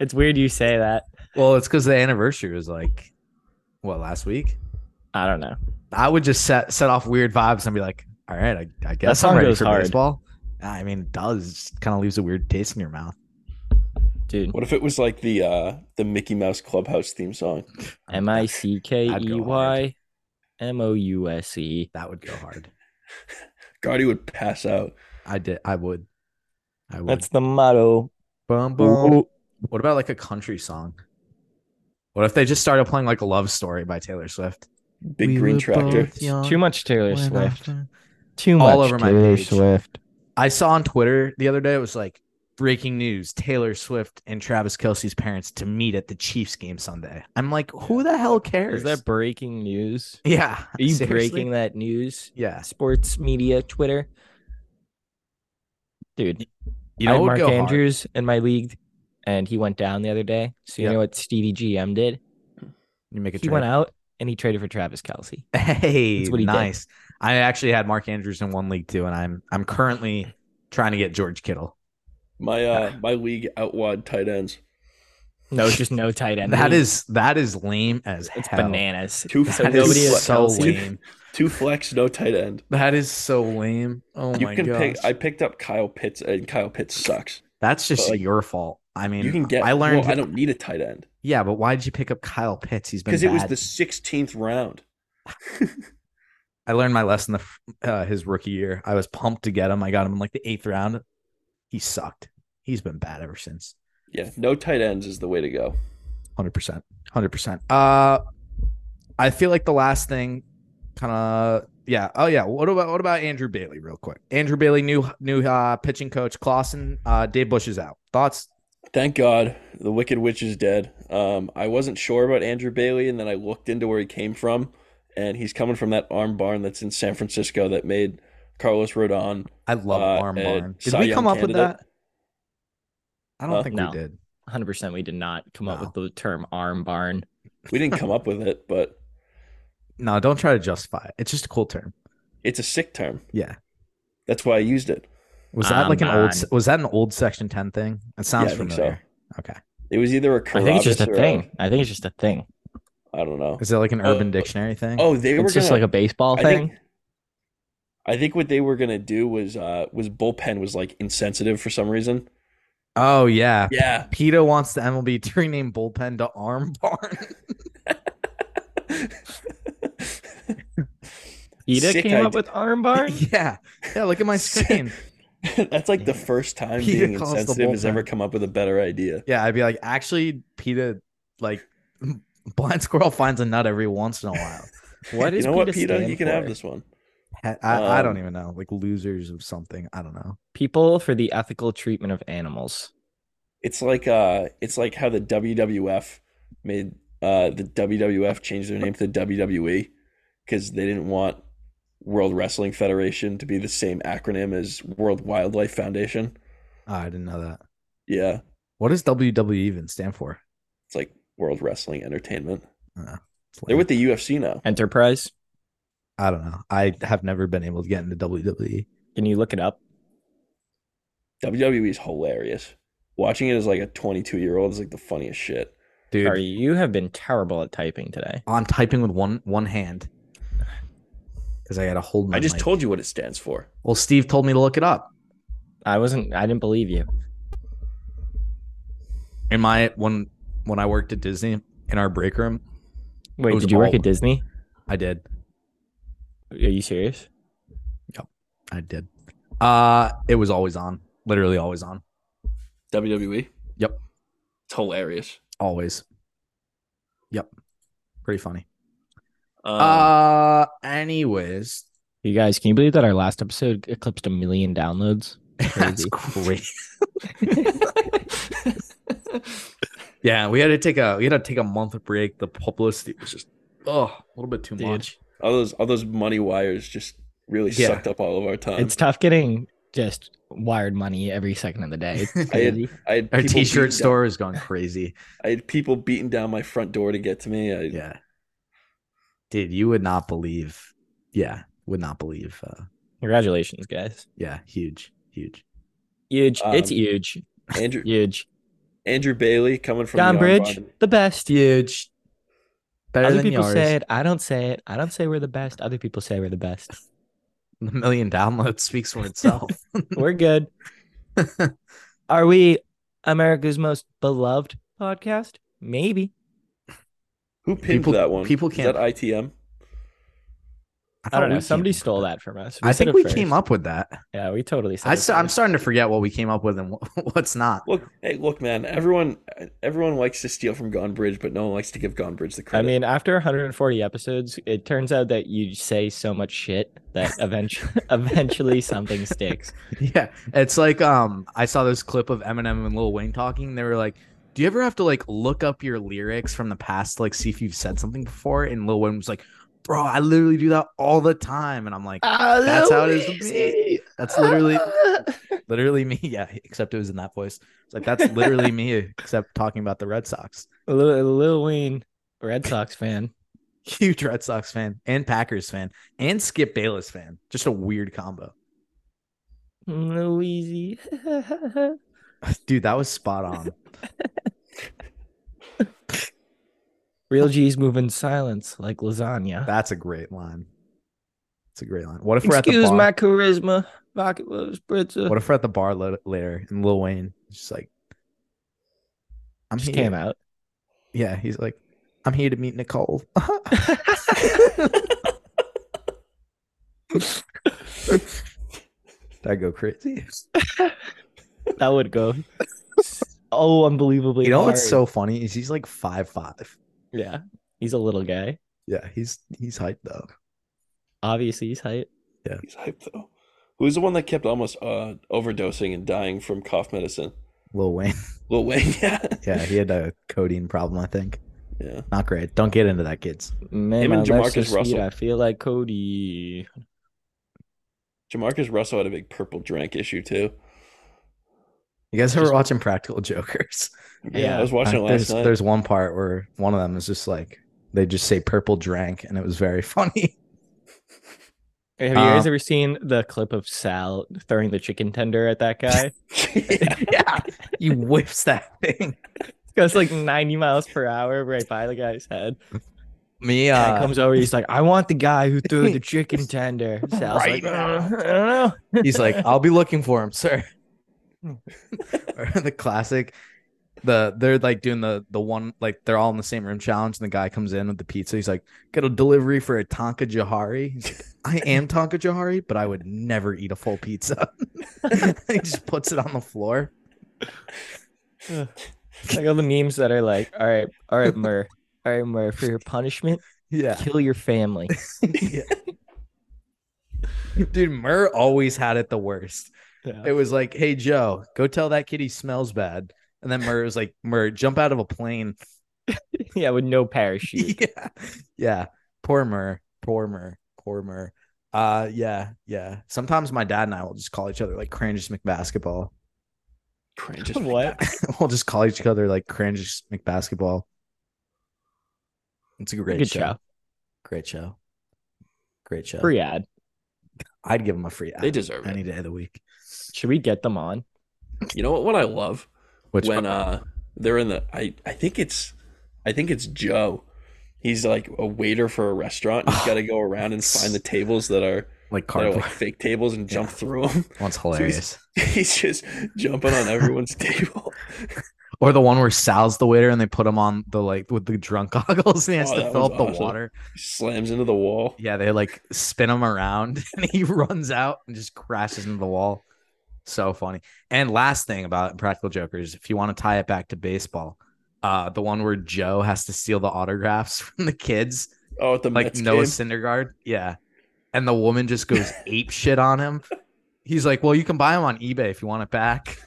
Speaker 7: it's weird you say that.
Speaker 2: Well, it's because the anniversary was like, what last week?
Speaker 7: I don't know.
Speaker 2: I would just set set off weird vibes and be like, all right, I, I guess
Speaker 7: song
Speaker 2: I'm ready
Speaker 7: goes
Speaker 2: for
Speaker 7: hard.
Speaker 2: baseball. I mean, it does kind of leaves a weird taste in your mouth.
Speaker 7: Dude,
Speaker 5: What if it was like the uh the Mickey Mouse Clubhouse theme song?
Speaker 7: M I C K E Y M O U S E.
Speaker 2: That would go hard.
Speaker 5: Guardy would pass out.
Speaker 2: I did. I would. I would.
Speaker 7: That's the motto.
Speaker 2: Bum, bum. What about like a country song? What if they just started playing like a love story by Taylor Swift?
Speaker 5: Big green tractor.
Speaker 7: Too much Taylor Swift. Too much.
Speaker 2: All over my
Speaker 4: Taylor
Speaker 2: page.
Speaker 4: Swift.
Speaker 2: I saw on Twitter the other day it was like breaking news: Taylor Swift and Travis Kelsey's parents to meet at the Chiefs game Sunday. I'm like, who the hell cares?
Speaker 7: Is that breaking news?
Speaker 2: yeah,
Speaker 7: Are you
Speaker 2: seriously?
Speaker 7: breaking that news?
Speaker 2: Yeah,
Speaker 7: Sports media, Twitter. Dude,
Speaker 2: you know,
Speaker 7: I had
Speaker 2: what would
Speaker 7: Mark
Speaker 2: go hard?
Speaker 7: Andrews in my league, and he went down the other day. So you
Speaker 2: Yep.
Speaker 7: know what Stevie GM did?
Speaker 2: You make a
Speaker 7: He
Speaker 2: trade.
Speaker 7: went out and he traded for Travis Kelsey.
Speaker 2: Hey,
Speaker 7: That's what he did.
Speaker 2: nice. I actually had Mark Andrews in one league too, and I'm I'm currently trying to get George Kittle.
Speaker 5: My uh my league outlawed tight ends.
Speaker 7: No, just no tight end.
Speaker 2: That
Speaker 7: league.
Speaker 2: is that is lame as
Speaker 7: it's
Speaker 2: hell.
Speaker 7: bananas.
Speaker 5: Two
Speaker 7: So
Speaker 2: That
Speaker 5: flex,
Speaker 7: nobody
Speaker 2: is
Speaker 7: has
Speaker 2: so
Speaker 7: Kelsey.
Speaker 2: lame.
Speaker 5: two flex, no tight end.
Speaker 2: That is so lame. Oh
Speaker 5: you
Speaker 2: my
Speaker 5: can
Speaker 2: gosh.
Speaker 5: pick. I picked up Kyle Pitts, and Kyle Pitts sucks.
Speaker 2: That's just
Speaker 5: but, like,
Speaker 2: your fault. I mean,
Speaker 5: you can get.
Speaker 2: I learned.
Speaker 5: well, I don't need a tight end
Speaker 2: yeah, but why did you pick up Kyle Pitts? He's been
Speaker 5: because it was
Speaker 2: bad.
Speaker 5: the 16th round.
Speaker 2: I learned my lesson the f- uh, his rookie year. I was pumped to get him. I got him in like the eighth round. He sucked. He's been bad ever since.
Speaker 5: Yeah, no tight ends is the way to go.
Speaker 2: Hundred percent. Hundred percent. Uh, I feel like the last thing, kind of. Yeah. Oh yeah. What about what about Andrew Bailey? Real quick. Andrew Bailey, new new uh, pitching coach Clausen. Uh, Dave Bush is out. Thoughts?
Speaker 5: Thank God the Wicked Witch is dead. Um, I wasn't sure about Andrew Bailey, and then I looked into where he came from, and he's coming from that arm barn that's in San Francisco that made Carlos Rodon.
Speaker 2: I love
Speaker 5: Uh,
Speaker 2: arm
Speaker 5: uh,
Speaker 2: barn. Did
Speaker 5: Cy
Speaker 2: we
Speaker 5: Young
Speaker 2: come up with
Speaker 5: candidate?
Speaker 2: that? I don't
Speaker 5: Huh?
Speaker 2: think
Speaker 7: No.
Speaker 2: we did.
Speaker 7: 100% we did not come up
Speaker 2: No.
Speaker 7: with the term arm barn.
Speaker 5: We didn't come up with it, but
Speaker 2: No, don't try to justify it. It's just a cool term.
Speaker 5: it's a sick term.
Speaker 2: Yeah.
Speaker 5: That's why I used it.
Speaker 2: Was that
Speaker 7: Come
Speaker 2: like an
Speaker 7: on.
Speaker 2: old? se- Was that an old Section Ten thing? It sounds
Speaker 5: Ah, Yeah, I think so.
Speaker 2: familiar. Okay.
Speaker 5: It was either a
Speaker 7: I think it's just a
Speaker 5: Carabas or
Speaker 7: thing. I think it's just a thing.
Speaker 5: I I don't know.
Speaker 2: Is it like an
Speaker 5: Uh,
Speaker 2: Urban Dictionary thing?
Speaker 5: Oh, they were
Speaker 7: It's just
Speaker 5: gonna-
Speaker 7: like a baseball
Speaker 5: I
Speaker 7: thing.
Speaker 5: think, I think what they were gonna do was uh was bullpen was like insensitive for some reason.
Speaker 2: oh yeah.
Speaker 5: Yeah.
Speaker 2: PETA wants the MLB to rename bullpen to arm barn.
Speaker 7: Ida
Speaker 5: Sick
Speaker 7: came up
Speaker 5: idea.
Speaker 7: with arm barn.
Speaker 2: yeah, yeah. Look at my screen.
Speaker 5: That's like the
Speaker 2: Yeah.
Speaker 5: first time
Speaker 2: Peter
Speaker 5: being
Speaker 2: calls the
Speaker 5: insensitive has
Speaker 2: bullpen.
Speaker 5: ever come up with a better idea.
Speaker 2: Yeah, I'd be like, actually, PETA, like, blind squirrel finds a nut every once in a while.
Speaker 7: What
Speaker 5: You
Speaker 7: is
Speaker 5: know what,
Speaker 7: PETA
Speaker 5: Peter?
Speaker 7: stand
Speaker 5: You can have
Speaker 7: for?
Speaker 5: this one.
Speaker 2: I, I
Speaker 5: Um,
Speaker 2: don't even know. Like losers of something. I don't know.
Speaker 7: People for the ethical treatment of animals.
Speaker 5: It's like uh it's like how the WWF made uh the WWF change their name to the WWE because they didn't want World Wrestling Federation to be the same acronym as World Wildlife Foundation.
Speaker 2: Oh, I didn't know that.
Speaker 5: Yeah.
Speaker 2: What does WWE even stand for?
Speaker 5: It's like World Wrestling Entertainment.
Speaker 2: It's
Speaker 5: They're
Speaker 2: lame.
Speaker 5: with the UFC now.
Speaker 7: Enterprise.
Speaker 2: I don't know. I have never been able to get into E. WWE.
Speaker 7: Can you look it up?
Speaker 5: WWE E is hilarious. Watching it as like a 22 year old is like the funniest shit.
Speaker 2: Dude,
Speaker 7: Sorry, you have been terrible at typing today.
Speaker 2: I'm typing with one one hand because I got to hold. My
Speaker 5: I just
Speaker 2: mic.
Speaker 5: told you what it stands for.
Speaker 2: Well, Steve told me to look it up.
Speaker 7: I wasn't. I didn't believe you.
Speaker 2: In my when when I worked at Disney in our break room, It
Speaker 7: Wait,
Speaker 2: was
Speaker 7: did you work
Speaker 2: all-
Speaker 7: at Disney?
Speaker 2: I did.
Speaker 7: Are you serious?
Speaker 2: I did. Uh it was always on. Literally always on.
Speaker 5: WWE?
Speaker 2: Yep.
Speaker 5: E? It's hilarious.
Speaker 2: Always. Yep. Pretty funny.
Speaker 5: Um,
Speaker 2: uh anyways,
Speaker 7: You guys, can you believe that our last episode eclipsed a million downloads?
Speaker 2: that's crazy. yeah, we had to take a we had to take a month break. The publicity was just oh, a little bit too
Speaker 7: Dude.
Speaker 2: much.
Speaker 5: all those all those money wires just really
Speaker 2: Yeah.
Speaker 5: sucked up all of our time.
Speaker 7: It's tough getting just wired money every second of the day. It's
Speaker 5: I had-
Speaker 7: crazy.
Speaker 5: I had
Speaker 2: Our
Speaker 5: people
Speaker 2: t-shirt
Speaker 5: beating
Speaker 2: store is going crazy.
Speaker 5: down- I had people beating down my front door to get to me. I,
Speaker 2: Yeah. Dude, you would not believe. Yeah, would not believe. Uh,
Speaker 7: Congratulations, guys.
Speaker 2: yeah, huge, huge.
Speaker 7: Huge. it's
Speaker 5: Um,
Speaker 7: huge.
Speaker 5: Andrew
Speaker 7: Huge.
Speaker 5: Andrew Bailey coming from
Speaker 7: John
Speaker 5: the
Speaker 7: Bridge,
Speaker 5: Armband.
Speaker 7: the best. Huge.
Speaker 2: Better
Speaker 7: Other
Speaker 2: than
Speaker 7: people
Speaker 2: yours.
Speaker 7: say it. I don't say it. I don't say we're the best. Other people say we're the best.
Speaker 2: The million downloads speaks for itself.
Speaker 7: we're good. Are we America's most beloved podcast? Maybe.
Speaker 5: Who pinned
Speaker 2: People-
Speaker 5: that one?
Speaker 2: people
Speaker 5: Is
Speaker 2: can't-
Speaker 5: that ITM.
Speaker 7: I don't
Speaker 2: we
Speaker 7: know. Oh, Somebody
Speaker 2: came-
Speaker 7: stole that from us.
Speaker 2: I
Speaker 7: said
Speaker 2: think
Speaker 7: it
Speaker 2: we
Speaker 7: first.
Speaker 2: came up with that.
Speaker 7: Yeah, we totally said
Speaker 2: I
Speaker 7: it
Speaker 2: st- I'm
Speaker 7: first.
Speaker 2: starting to forget what we came up with and wh- what's not.
Speaker 5: Look, hey, look, man. Everyone, everyone likes to steal from Gone Bridge, but no one likes to give Gone Bridge the
Speaker 7: I
Speaker 5: credit.
Speaker 7: mean, after 140 episodes, it turns out that you say so much shit that eventually, eventually something sticks.
Speaker 2: Yeah, it's like um, I saw this clip of Eminem and Lil Wayne talking. They were like, "Do you ever have to like look up your lyrics from the past, to, like see if you've said something before?" And Lil Wayne was like, "Bro, I literally do that all the time." And I'm like, "That's how it is with me. That's literally, literally me. Yeah, except it was in that voice. It's like that's literally me, except talking about the Red Sox.
Speaker 7: Lil, Lil Wayne, Red Sox fan.
Speaker 2: Huge Red Sox fan and Packers fan and Skip Bayless fan. Just a weird combo,
Speaker 7: Louise.
Speaker 2: dude. That was spot on."
Speaker 7: Real G's move in silence like lasagna.
Speaker 2: That's a great line. It's a great line. What if we're at
Speaker 7: Excuse
Speaker 2: the bar?
Speaker 7: my charisma. Rocket Rose Spritzer.
Speaker 2: What if we're at the bar lo- later and Lil Wayne is just like, I'm
Speaker 7: just
Speaker 2: here.
Speaker 7: came out.
Speaker 2: Yeah, he's like, I'm here to meet Nicole. That'd go crazy.
Speaker 7: That would go. Oh, unbelievably.
Speaker 2: You know what's
Speaker 7: hard.
Speaker 2: so funny is he's like five five.
Speaker 7: Yeah. He's a little guy.
Speaker 2: Yeah, he's he's hyped though.
Speaker 7: Obviously, he's height.
Speaker 5: He's hype though. Who's the one that kept almost uh, overdosing and dying from cough medicine?
Speaker 2: Lil Wayne.
Speaker 5: Lil Wayne. Yeah.
Speaker 2: Yeah, he had a codeine problem, I think.
Speaker 5: Yeah.
Speaker 2: Not great. Don't get into that, kids.
Speaker 7: Man,
Speaker 5: Him
Speaker 7: my
Speaker 5: and
Speaker 7: life's so
Speaker 5: Jamarcus
Speaker 7: sweet,
Speaker 5: Russell.
Speaker 7: I feel like Cody.
Speaker 5: Jamarcus Russell had a big purple drank issue too.
Speaker 2: You guys ever watching Practical Jokers?
Speaker 5: Yeah,
Speaker 7: Yeah.
Speaker 5: I was watching it
Speaker 2: Uh,
Speaker 5: last
Speaker 2: there's,
Speaker 5: night.
Speaker 2: there's one part where one of them is just like they just say purple drank and it was very funny.
Speaker 7: Have you guys
Speaker 2: Um,
Speaker 7: ever seen the clip of Sal throwing the chicken tender at that guy?
Speaker 5: Yeah.
Speaker 2: yeah. He whips that thing.
Speaker 7: It goes like 90 miles per hour right by the guy's head.
Speaker 2: Me,
Speaker 7: Guy
Speaker 2: uh,
Speaker 7: comes over. He's like, I want the guy who threw the chicken tender. Sal's
Speaker 2: Right
Speaker 7: like,
Speaker 2: now.
Speaker 7: "Uh, I don't know.
Speaker 2: he's like, I'll be looking for him, sir. or the classic, the they're like doing the the one like they're all in the same room challenge, and the guy comes in with the pizza. He's like, got a delivery for a Tonka Jahari. He's like, I am Tonka Jahari, but I would never eat a full pizza. he just puts it on the floor.
Speaker 7: like all the memes that are like, all right, all right, Mur, all right, Mur, for your punishment,
Speaker 2: Yeah,
Speaker 7: kill your family.
Speaker 2: Yeah. Dude, Murr always had it the worst. It was like, hey Joe, go tell that kid he smells bad. And then Murr was like, Murr, jump out of a plane.
Speaker 7: yeah, with no parachute.
Speaker 2: yeah. Yeah. Poor Murr. Poor Murr. Poor Murr. Uh yeah, yeah. Sometimes my dad and I will just call each other like Cranges McBasketball.
Speaker 5: Cringe.
Speaker 7: What?
Speaker 2: we'll just call each other like Cranges McBasketball. It's a great
Speaker 7: Good
Speaker 2: show.
Speaker 7: show.
Speaker 2: Great show. Great show.
Speaker 7: Free ad.
Speaker 2: I'd give them a free
Speaker 5: They
Speaker 2: ad
Speaker 5: deserve it.
Speaker 2: any day of the week.
Speaker 7: Should we get them on?
Speaker 5: You know what? What I love
Speaker 2: Which
Speaker 5: when uh they're in the I I think it's I think it's Joe. He's like a waiter for a restaurant. and He's got to go around and find the tables that are,
Speaker 2: like
Speaker 5: that are
Speaker 2: cardboard.
Speaker 5: like fake tables and jump
Speaker 2: Yeah.
Speaker 5: through them.
Speaker 2: One's
Speaker 5: he's-
Speaker 2: hilarious.
Speaker 5: He's just jumping on everyone's table.
Speaker 2: Or the one where Sal's the waiter and they put him on the like with the drunk goggles and he has
Speaker 5: Oh,
Speaker 2: to
Speaker 5: that
Speaker 2: fill
Speaker 5: was
Speaker 2: up the
Speaker 5: awesome.
Speaker 2: water.
Speaker 5: Slams into the wall.
Speaker 2: Yeah, they like spin him around and he runs out and just crashes into the wall. So funny. And last thing about Practical Jokers, if you want to tie it back to baseball, uh, the one where Joe has to steal the autographs from the kids
Speaker 5: Oh, at the
Speaker 2: like
Speaker 5: Mets
Speaker 2: Noah
Speaker 5: game.
Speaker 2: Syndergaard. Yeah. And the woman just goes ape shit on him. He's like, Well, you can buy him on eBay if you want it back.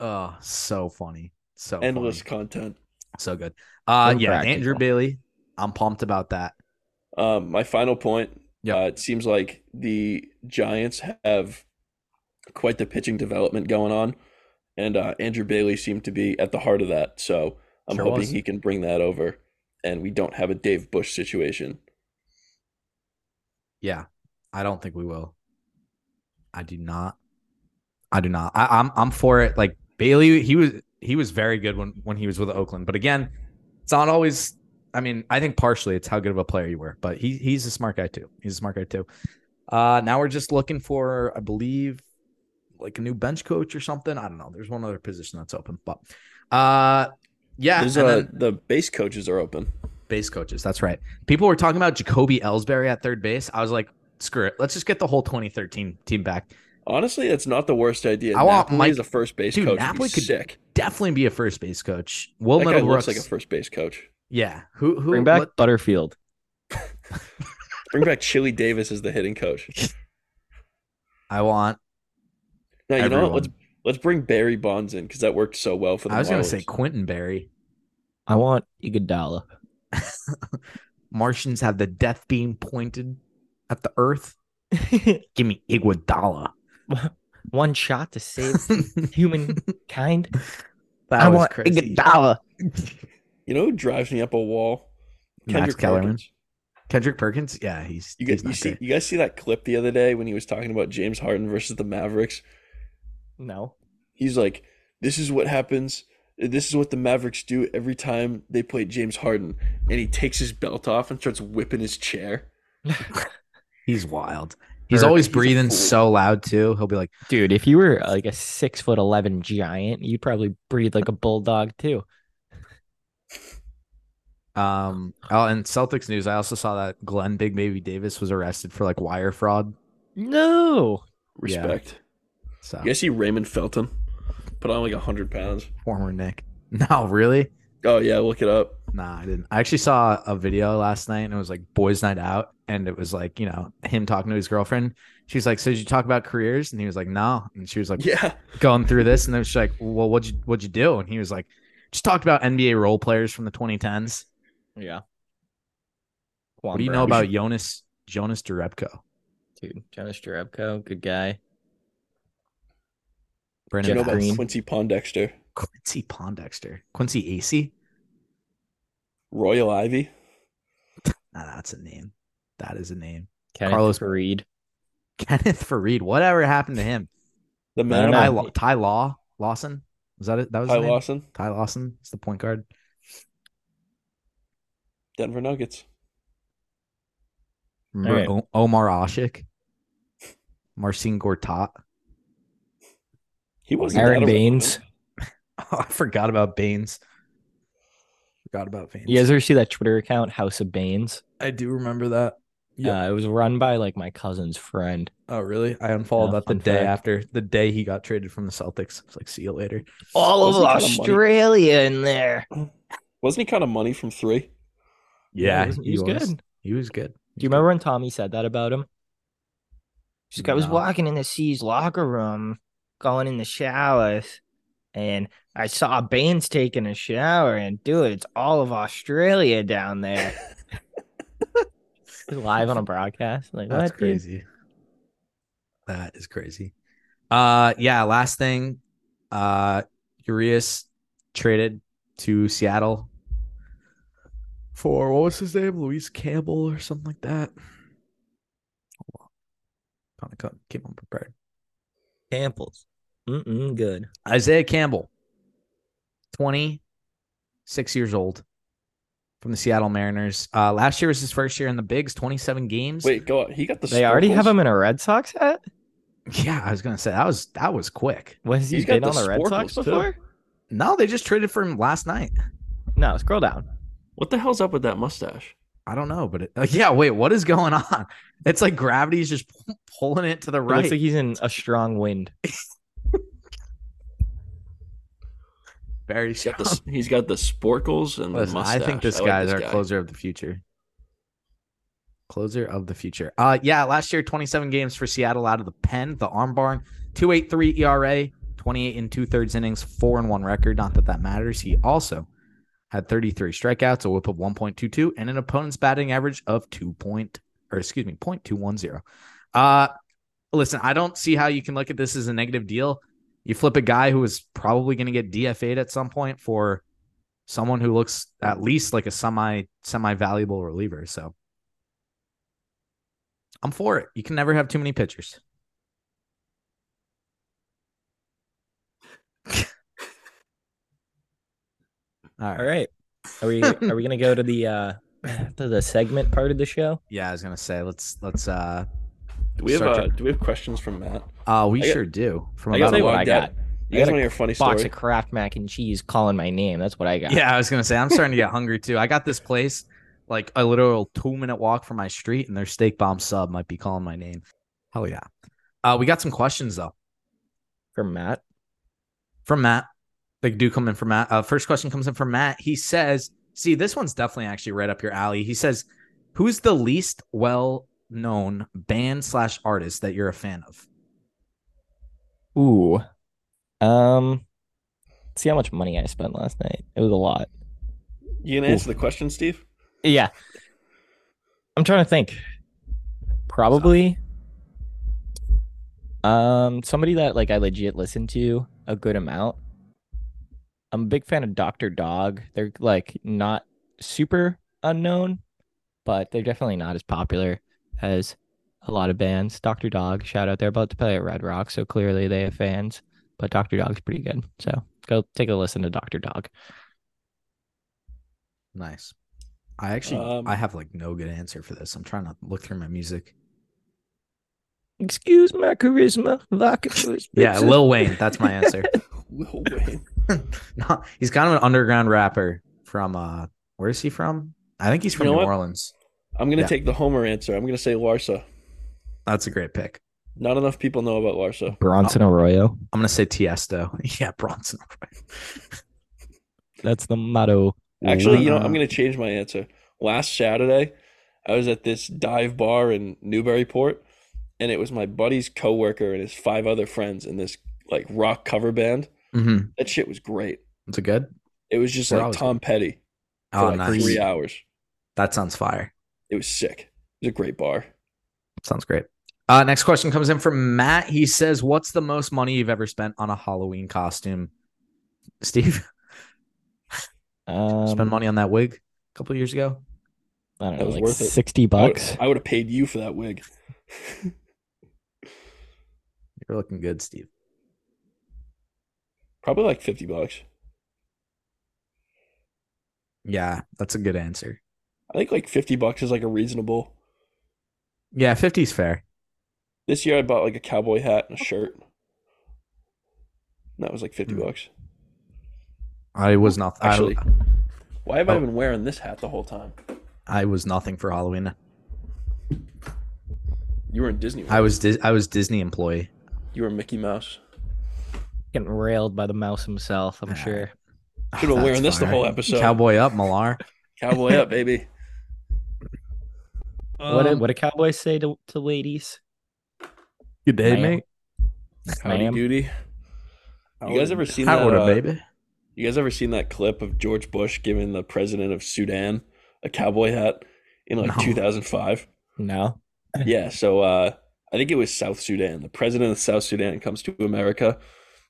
Speaker 2: oh, so funny. So
Speaker 5: endless
Speaker 2: funny.
Speaker 5: content.
Speaker 2: So good. Uh
Speaker 7: So
Speaker 2: yeah,
Speaker 7: practical.
Speaker 2: Andrew Bailey. I'm pumped about that.
Speaker 5: Um, my final point.
Speaker 2: Yep.
Speaker 5: Uh, it seems like the Giants have quite the pitching development going on, and uh, Andrew Bailey seemed to be at the heart of that. So I'm
Speaker 2: Sure
Speaker 5: hoping
Speaker 2: was.
Speaker 5: he can bring that over, and we don't have a Dave Bush situation.
Speaker 2: Yeah. I don't think we will. I do not. I do not. I, I'm I'm for it. Like Bailey, he was he was very good when when he was with Oakland. But again, it's not always. I mean, I think partially it's how good of a player you were. But he he's a smart guy too. He's a smart guy too. Uh, now we're just looking for, I believe, like a new bench coach or something. I don't know. There's one other position that's open, but uh, yeah.
Speaker 5: There's
Speaker 2: and
Speaker 5: uh,
Speaker 2: then-
Speaker 5: the base coaches are open.
Speaker 2: base coaches. That's right. People were talking about Jacoby Ellsbury at third base. I was like, screw it. Let's just get the whole 2013 team back.
Speaker 5: Honestly, that's not the worst idea.
Speaker 2: I want
Speaker 5: Napoli
Speaker 2: Mike-
Speaker 5: is a first base
Speaker 2: Dude,
Speaker 5: coach.
Speaker 2: Napoli
Speaker 5: He's
Speaker 2: could-
Speaker 5: sick.
Speaker 2: Definitely be a first base coach. Will
Speaker 5: That guy
Speaker 2: Middlebrooks.
Speaker 5: looks like a first base coach.
Speaker 2: yeah. Who who
Speaker 7: Bring back
Speaker 2: what-
Speaker 7: Butterfield.
Speaker 5: Bring back Chili Davis as the hitting coach.
Speaker 2: I want.
Speaker 5: Now you know what?
Speaker 2: Everyone.
Speaker 5: Let's let's bring Barry Bonds in because that worked so well for the.
Speaker 2: I was gonna
Speaker 5: Marlins.
Speaker 2: say Quentin Berry.
Speaker 7: I want Iguodala.
Speaker 2: Martians have the death beam pointed at the earth. Give me Iguodala.
Speaker 7: One shot to save
Speaker 2: that
Speaker 7: humankind.
Speaker 2: was crazy.
Speaker 7: Iguodala.
Speaker 5: You know who drives me up a wall?
Speaker 2: Max
Speaker 5: Kendrick
Speaker 2: Kellerman.
Speaker 5: Perkins.
Speaker 2: Kendrick Perkins. Yeah, he's.
Speaker 5: You
Speaker 2: he's
Speaker 5: guys, you,
Speaker 2: not
Speaker 5: see,
Speaker 2: great.
Speaker 5: you guys see that clip the other day when he was talking about James Harden versus the Mavericks?
Speaker 7: No.
Speaker 5: He's like, "This is what happens. This is what the Mavericks do every time they play James Harden." And he takes his belt off and starts whipping his chair.
Speaker 2: He's wild. He's
Speaker 7: Perk-
Speaker 2: always
Speaker 5: he's a
Speaker 2: breathing
Speaker 5: fool.
Speaker 2: so loud too. He'll be like,
Speaker 7: Dude, if you were uh, like a six foot eleven giant, you'd probably breathe like a bulldog too.
Speaker 2: Um, oh, and Celtics news. I also saw that Glenn Big Baby Davis was arrested for like wire fraud.
Speaker 7: No.
Speaker 5: Respect.
Speaker 2: So
Speaker 5: You guys see Raymond Felton put on like hundred pounds?
Speaker 2: former Nick. No, really?
Speaker 5: Oh yeah, look it up.
Speaker 2: Nah, I didn't. I actually saw a video last night and it was like boys' night out, and it was like you know him talking to his girlfriend. She's like, "So did you talk about careers?" And he was like, "No." And she was like,
Speaker 5: Yeah,
Speaker 2: going through this, and then she's like, "Well, what'd you what'd you do?" And he was like, "Just talked about NBA role players from the 2010s."
Speaker 7: Yeah.
Speaker 2: What do you know about Jonas Jonas Jerebko?
Speaker 7: dude? Jonas Jerebko, good guy.
Speaker 5: you know
Speaker 2: Brandon
Speaker 5: about
Speaker 2: Bass,
Speaker 7: Green.
Speaker 5: Quincy Pondexter,
Speaker 2: Quincy Pondexter, Quincy Acey.
Speaker 5: Royal Ivy.
Speaker 2: Nah, that's a name. That is a name.
Speaker 7: Kenneth
Speaker 2: Carlos-
Speaker 7: Carlos Reed.
Speaker 2: Kenneth Farid. Whatever happened to him?
Speaker 5: The
Speaker 7: I
Speaker 5: man
Speaker 7: don't
Speaker 2: Ty,
Speaker 5: I
Speaker 7: know.
Speaker 2: Law, Ty Law Lawson. Was that it? That was his
Speaker 5: Ty
Speaker 2: name?
Speaker 5: Lawson.
Speaker 2: Ty Lawson. It's the point guard.
Speaker 5: Denver Nuggets.
Speaker 2: Remember
Speaker 7: right.
Speaker 2: O- Omar Ashik, Marcin Gortat.
Speaker 5: He wasn't
Speaker 7: Aaron
Speaker 5: that
Speaker 7: Baines.
Speaker 2: Oh, I forgot about Baines. Forgot about Baines.
Speaker 7: You guys ever see that Twitter account, House of Baines?
Speaker 2: I do remember that. Yeah.
Speaker 7: Uh, it was run by like my cousin's friend.
Speaker 2: Oh, really? I unfollowed
Speaker 7: Yeah,
Speaker 2: that the
Speaker 7: fun
Speaker 2: day
Speaker 7: fact.
Speaker 2: after the day he got traded from the Celtics. It's like, see you later.
Speaker 7: All
Speaker 5: of Australia
Speaker 7: in there.
Speaker 5: Wasn't he kind of money from three?
Speaker 2: Yeah,
Speaker 7: he was, he was good.
Speaker 2: He was good.
Speaker 7: Do you remember when Tommy said that about him?
Speaker 6: This guy was
Speaker 2: No.
Speaker 6: walking in the C's locker room, going in the showers, and I saw Baines taking a shower. And dude, it's all of Australia down there.
Speaker 7: Live on a broadcast. Like
Speaker 2: That's
Speaker 7: what, dude?
Speaker 2: crazy. That is crazy. Uh yeah, last thing. Uh Urias traded to Seattle for what was his name? Luis Campbell or something like that. Hold on. Kinda co- came unprepared.
Speaker 7: Campbell's. Mm-mm, good.
Speaker 2: Isaiah Campbell, 26 years old from the Seattle Mariners. Uh last year was his first year in the Bigs, 27 games.
Speaker 5: Wait, go on. He got the.
Speaker 7: They already have
Speaker 5: snorkels?
Speaker 7: him in a Red Sox hat.
Speaker 2: Yeah, I was gonna say that was that was quick.
Speaker 7: What has he
Speaker 5: He's got
Speaker 7: been
Speaker 5: the
Speaker 7: on the Red Sox
Speaker 5: snorkels, too.
Speaker 7: before?
Speaker 2: No, they just traded for him last night.
Speaker 7: No, scroll down.
Speaker 5: What the hell's up with that mustache?
Speaker 2: I don't know, but it, uh, yeah, wait, what is going on? It's like gravity is just pu- pulling it to the
Speaker 7: It
Speaker 2: right.
Speaker 7: Looks like he's in a strong wind.
Speaker 2: Very
Speaker 5: He's got
Speaker 2: strong.
Speaker 5: the he's got the sporkles and
Speaker 2: Listen,
Speaker 5: the
Speaker 2: I
Speaker 5: mustache.
Speaker 2: think this
Speaker 5: like
Speaker 2: guy is
Speaker 5: this
Speaker 2: our
Speaker 5: guy.
Speaker 2: closer of the future. Closer of the future. Uh, yeah, last year, 27 games for Seattle out of the pen, the arm barn, 283 ERA, 28 and two thirds innings, four and one record. Not that that matters. He also had 33 strikeouts, a whip of 1.22, and an opponent's batting average of 2. Point, or excuse me, 0.210. Uh, listen, I don't see how you can look at this as a negative deal. You flip a guy who is probably going to get DFA'd at some point for someone who looks at least like a semi semi valuable reliever. So I'm for it. You can never have too many pitchers. All right.
Speaker 7: All right. Are we are we gonna go to the uh to the segment part of the show?
Speaker 2: Yeah, I was gonna say let's let's uh
Speaker 5: Do we have
Speaker 2: Start
Speaker 5: uh, do we have questions from Matt?
Speaker 2: uh we
Speaker 5: I got-
Speaker 2: sure do from
Speaker 5: I
Speaker 2: about
Speaker 5: got
Speaker 7: tell
Speaker 2: a
Speaker 7: you what
Speaker 5: logged
Speaker 7: I got.
Speaker 5: out. You guys
Speaker 7: got a
Speaker 5: want to hear a funny
Speaker 7: Box
Speaker 5: story?
Speaker 7: of Kraft mac and cheese calling my name. That's what I got.
Speaker 2: Yeah, I was gonna say I'm starting to get hungry too. I got this place like a literal two minute walk from my street, and their steak bomb sub might be calling my name. Hell yeah! Uh, we got some questions though
Speaker 7: From Matt.
Speaker 2: from Matt. They do come in from Matt. Uh, first question comes in from Matt. He says, "See, this one's definitely actually right up your alley." He says, "Who's the least well known band slash artist that you're a fan of?"
Speaker 7: Ooh. Um see how much money I spent last night. It was a lot.
Speaker 5: You gonna answer the question, Steve?
Speaker 7: Yeah. I'm trying to think. Probably um somebody that like I legit listen to a good amount. I'm a big fan of Dr. Dog. They're like not super unknown, but they're definitely not as popular as a lot of bands. Dr. Dog, shout out. They're about to play at Red Rock, so clearly they have fans. But Dr. Dog's pretty good. So go take a listen to Dr. Dog.
Speaker 2: Nice. I actually
Speaker 5: Um,
Speaker 2: I have like no good answer for this. I'm trying to look through my music.
Speaker 7: Excuse my charisma. Vodka choice
Speaker 2: Yeah,
Speaker 7: pizza.
Speaker 2: Lil Wayne. That's my answer.
Speaker 5: Lil Wayne.
Speaker 2: no, he's kind of an underground rapper from uh where is he from? I think he's
Speaker 5: You
Speaker 2: from
Speaker 5: know
Speaker 2: New
Speaker 5: what?
Speaker 2: Orleans.
Speaker 5: I'm gonna
Speaker 2: Yeah.
Speaker 5: take the Homer answer. I'm gonna say Larsa.
Speaker 2: That's a great pick.
Speaker 5: Not enough people know about Larsa.
Speaker 7: Bronson Arroyo.
Speaker 2: I'm gonna say Tiesto. Yeah, Bronson.
Speaker 7: That's the motto.
Speaker 5: Actually, you know,
Speaker 2: Mm-hmm.
Speaker 5: I'm gonna change my answer. Last Saturday, I was at this dive bar in Newburyport, and it was my buddy's coworker and his five other friends in this like rock cover band.
Speaker 2: hmm
Speaker 5: That shit was great.
Speaker 2: That's a good.
Speaker 5: It was just
Speaker 2: They're
Speaker 5: like
Speaker 2: always
Speaker 5: Tom Petty for
Speaker 2: Oh,
Speaker 5: like
Speaker 2: nice.
Speaker 5: three uh, hours.
Speaker 2: That sounds fire.
Speaker 5: It was sick. It was a great bar.
Speaker 2: Sounds great. Uh, next question comes in from Matt. He says, "What's the most money you've ever spent on a Halloween costume?" Steve,
Speaker 7: Um,
Speaker 2: spend money on that wig a couple years ago.
Speaker 7: I don't
Speaker 5: That
Speaker 7: know,
Speaker 5: was
Speaker 7: like
Speaker 5: worth it. I
Speaker 7: sixty
Speaker 5: would-
Speaker 7: bucks.
Speaker 5: I would have paid you for that wig.
Speaker 2: You're looking good, Steve.
Speaker 5: Probably like fifty bucks.
Speaker 2: Yeah, that's a good answer.
Speaker 5: I I think like fifty bucks is like a reasonable.
Speaker 2: Yeah, 50's fair.
Speaker 5: This year I bought like a cowboy hat and a shirt. And that was like fifty
Speaker 2: Hmm.
Speaker 5: bucks.
Speaker 2: I was not.
Speaker 5: Actually,
Speaker 2: I,
Speaker 5: why have I
Speaker 2: Oh.
Speaker 5: been wearing this hat the whole time?
Speaker 2: I was nothing for Halloween.
Speaker 5: You were in Disney. World.
Speaker 2: I was Dis- I was Disney employee.
Speaker 5: You were Mickey Mouse.
Speaker 7: Getting railed by the mouse himself, I'm
Speaker 2: All
Speaker 7: sure.
Speaker 5: Should have been
Speaker 2: That's
Speaker 5: wearing this the
Speaker 2: fine.
Speaker 5: whole episode.
Speaker 2: Cowboy up, Malar.
Speaker 5: Cowboy up, baby.
Speaker 7: what do
Speaker 2: Um,
Speaker 7: what do cowboys say to, to ladies?
Speaker 2: Good day,
Speaker 7: Ma'am.
Speaker 2: mate.
Speaker 5: Howdy
Speaker 7: Ma'am.
Speaker 5: doody. You guys ever seen that?
Speaker 2: Howdy,
Speaker 5: uh,
Speaker 2: baby.
Speaker 5: You guys ever seen that clip of George Bush giving the president of Sudan a cowboy hat in like
Speaker 2: No.
Speaker 5: 2005?
Speaker 7: No.
Speaker 5: yeah, so uh, I think it was South Sudan. The president of South Sudan comes to America,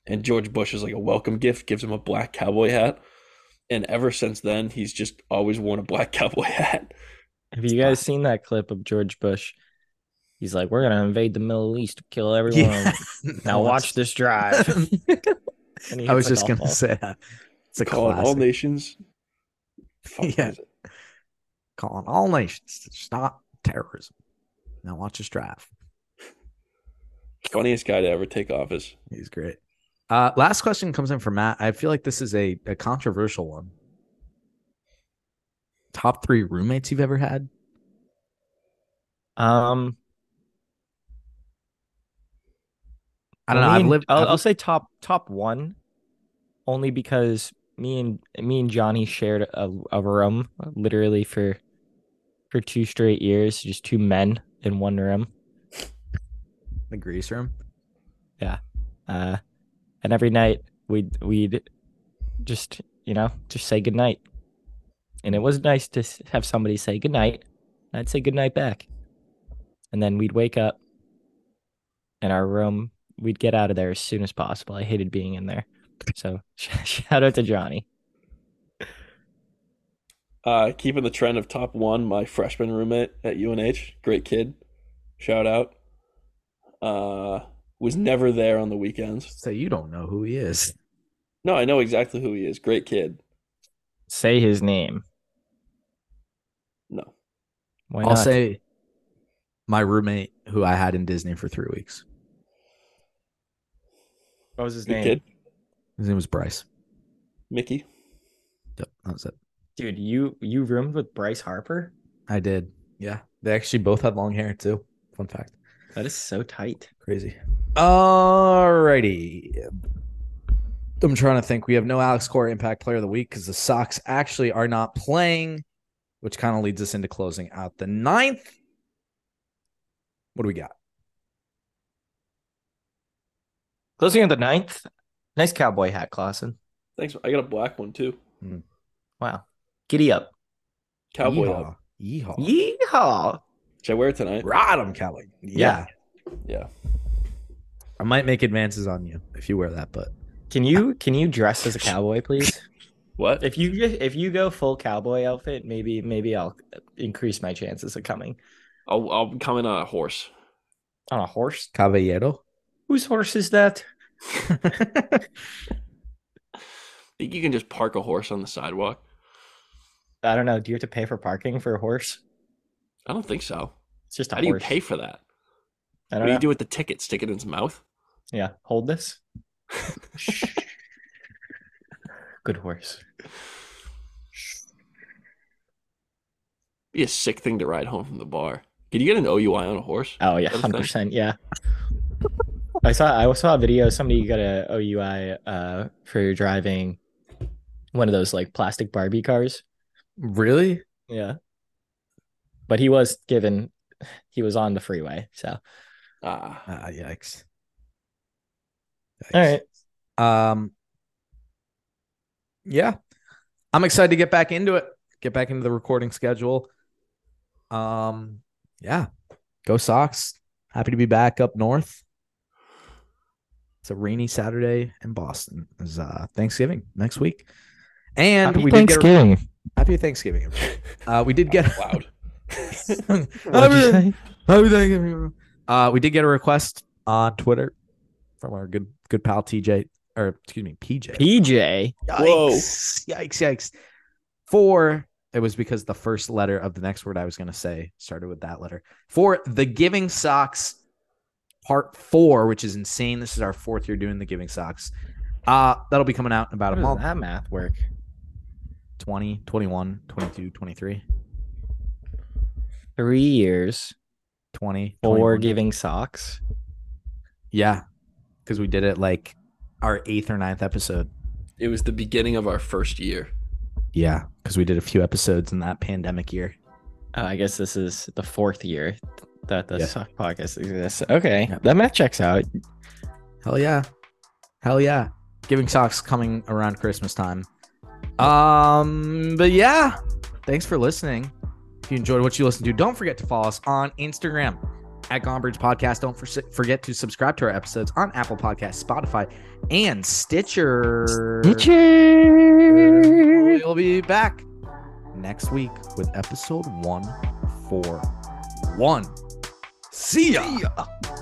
Speaker 5: and George Bush is like a welcome gift, gives him a black cowboy hat. And ever since then, he's just always worn a black cowboy hat.
Speaker 7: Have you guys seen that clip of George Bush? He's like, we're gonna invade the Middle East, kill everyone. Now watch this drive. And he
Speaker 2: I was
Speaker 7: hits, like,
Speaker 2: just
Speaker 7: all-
Speaker 2: gonna say that. It's a
Speaker 5: Calling
Speaker 2: classic.
Speaker 5: all nations. Fuck,
Speaker 2: Yeah.
Speaker 5: is it?
Speaker 2: calling all nations to stop terrorism. Now watch us drive.
Speaker 5: Funniest guy to ever take office.
Speaker 2: He's great. Uh, last question comes in from Matt. I feel like this is a, a controversial one. Top three roommates you've ever had?
Speaker 7: Um,
Speaker 2: I don't know.
Speaker 7: Me
Speaker 2: I've
Speaker 7: and-
Speaker 2: lived.
Speaker 7: I'll,
Speaker 2: I've-
Speaker 7: I'll say top top one, only because me and me and Johnny shared a, a room literally for for two straight years, just two men in one room.
Speaker 2: the grease room.
Speaker 7: Uh, and every night we'd we'd just you know just say goodnight. and it was nice to s- have somebody say goodnight. and I'd say goodnight back, and then we'd wake up. In our room, we'd get out of there as soon as possible. I hated being in there, so shout out to Johnny.
Speaker 5: Uh, keeping the trend of top one, my freshman roommate at UNH, great kid, shout out. Uh, was never there on the weekends.
Speaker 2: So you don't know who he is.
Speaker 5: No, I know exactly who he is. Great kid.
Speaker 7: Say his name.
Speaker 5: No,
Speaker 7: Why
Speaker 2: I'll
Speaker 7: not?
Speaker 2: say my roommate who I had in Disney for three weeks.
Speaker 7: what was his
Speaker 5: good
Speaker 7: name,
Speaker 5: kid,
Speaker 2: His name was Bryce.
Speaker 5: Mickey.
Speaker 2: Yep, that was it.
Speaker 7: dude. You you roomed with Bryce Harper.
Speaker 2: I did. Yeah, they actually both had long hair too. Fun fact.
Speaker 7: That is so tight.
Speaker 2: Crazy. Alrighty. I'm trying to think. We have no Alex Core Impact Player of the Week because the Sox actually are not playing, which kind of leads us into closing out the ninth. What do we got?
Speaker 7: Closing on the ninth. Nice cowboy hat, Clausen.
Speaker 5: Thanks. I got a black one too.
Speaker 7: Wow. Giddy up.
Speaker 5: Cowboy.
Speaker 2: Yeehaw.
Speaker 5: Up.
Speaker 2: Yeehaw.
Speaker 7: Yeehaw.
Speaker 5: Should I wear it tonight?
Speaker 2: Rod 'em, Cowboy. Yeah.
Speaker 7: Yeah.
Speaker 5: Yeah.
Speaker 2: I might make advances on you if you wear that, but
Speaker 7: Can you can you dress as a cowboy, please?
Speaker 5: What?
Speaker 7: if you if you go full cowboy outfit, maybe maybe I'll increase my chances of coming
Speaker 5: I'll I'll come in on a horse.
Speaker 7: on a horse.
Speaker 2: Caballero.
Speaker 7: Whose horse is that?
Speaker 5: I think you can just park a horse on the sidewalk.
Speaker 7: I don't know. Do you have to pay for parking for a horse?
Speaker 5: I don't think so.
Speaker 7: It's just a
Speaker 5: How do you
Speaker 7: horse. Uh,
Speaker 5: pay for that?
Speaker 7: I
Speaker 5: What
Speaker 7: don't
Speaker 5: do
Speaker 7: know.
Speaker 5: you do with the ticket? Stick it in his mouth?
Speaker 7: Yeah, hold this. Good horse.
Speaker 5: Be a sick thing to ride home from the bar. Can you get an OUI on a horse?
Speaker 7: Oh yeah,
Speaker 5: Good
Speaker 7: hundred
Speaker 5: thing.
Speaker 7: percent. Yeah. I saw I saw a video. Somebody got a OUI uh, for driving one of those like plastic Barbie cars.
Speaker 2: really?
Speaker 7: Yeah. But he was given, he was on the freeway. So,
Speaker 5: Ah.
Speaker 2: Ah, yikes. Yikes.
Speaker 7: all right.
Speaker 2: Um, yeah, I'm excited to get back into it. Get back into the recording schedule. Um, yeah, go Sox. Happy to be back up north. It's a rainy Saturday in Boston. It's uh, Thanksgiving next week, and we did get a- happy Thanksgiving. everybody. Uh, we did get
Speaker 5: loud.
Speaker 2: Happy- Happy Thanksgiving, everyone. Uh, we did get a request on Twitter from our good good pal TJ, or excuse me, PJ.
Speaker 7: PJ.
Speaker 2: Yikes! Yikes! Yikes! For It was because the first letter of the next word I was going to say started with that letter. For the Giving Socks part four, which is insane. This is our fourth year doing the Giving Socks. Uh, that'll be coming out in about a
Speaker 7: How does
Speaker 2: month
Speaker 7: that math work?
Speaker 2: 20, 21, 22, 23,
Speaker 7: Three years,
Speaker 2: 20,
Speaker 7: four
Speaker 2: 21.
Speaker 7: giving socks.
Speaker 2: Yeah. Because we did it like our eighth or ninth episode.
Speaker 5: It was the beginning of our first year.
Speaker 2: Yeah. Because we did a few episodes in that pandemic year.
Speaker 7: Uh, I guess this is the fourth year that the
Speaker 2: Yeah.
Speaker 7: sock podcast exists. Okay,
Speaker 2: Yeah.
Speaker 7: that math checks out.
Speaker 2: Hell yeah. Hell yeah. Giving socks coming around Christmas time. Um, but yeah, thanks for listening. If you enjoyed what you listened to, don't forget to follow us on Instagram at Gonbridge Podcast. Don't for- forget to subscribe to our episodes on Apple Podcasts, Spotify, and Stitcher.
Speaker 7: Cheers.
Speaker 2: We'll be back next week with episode 141. See ya.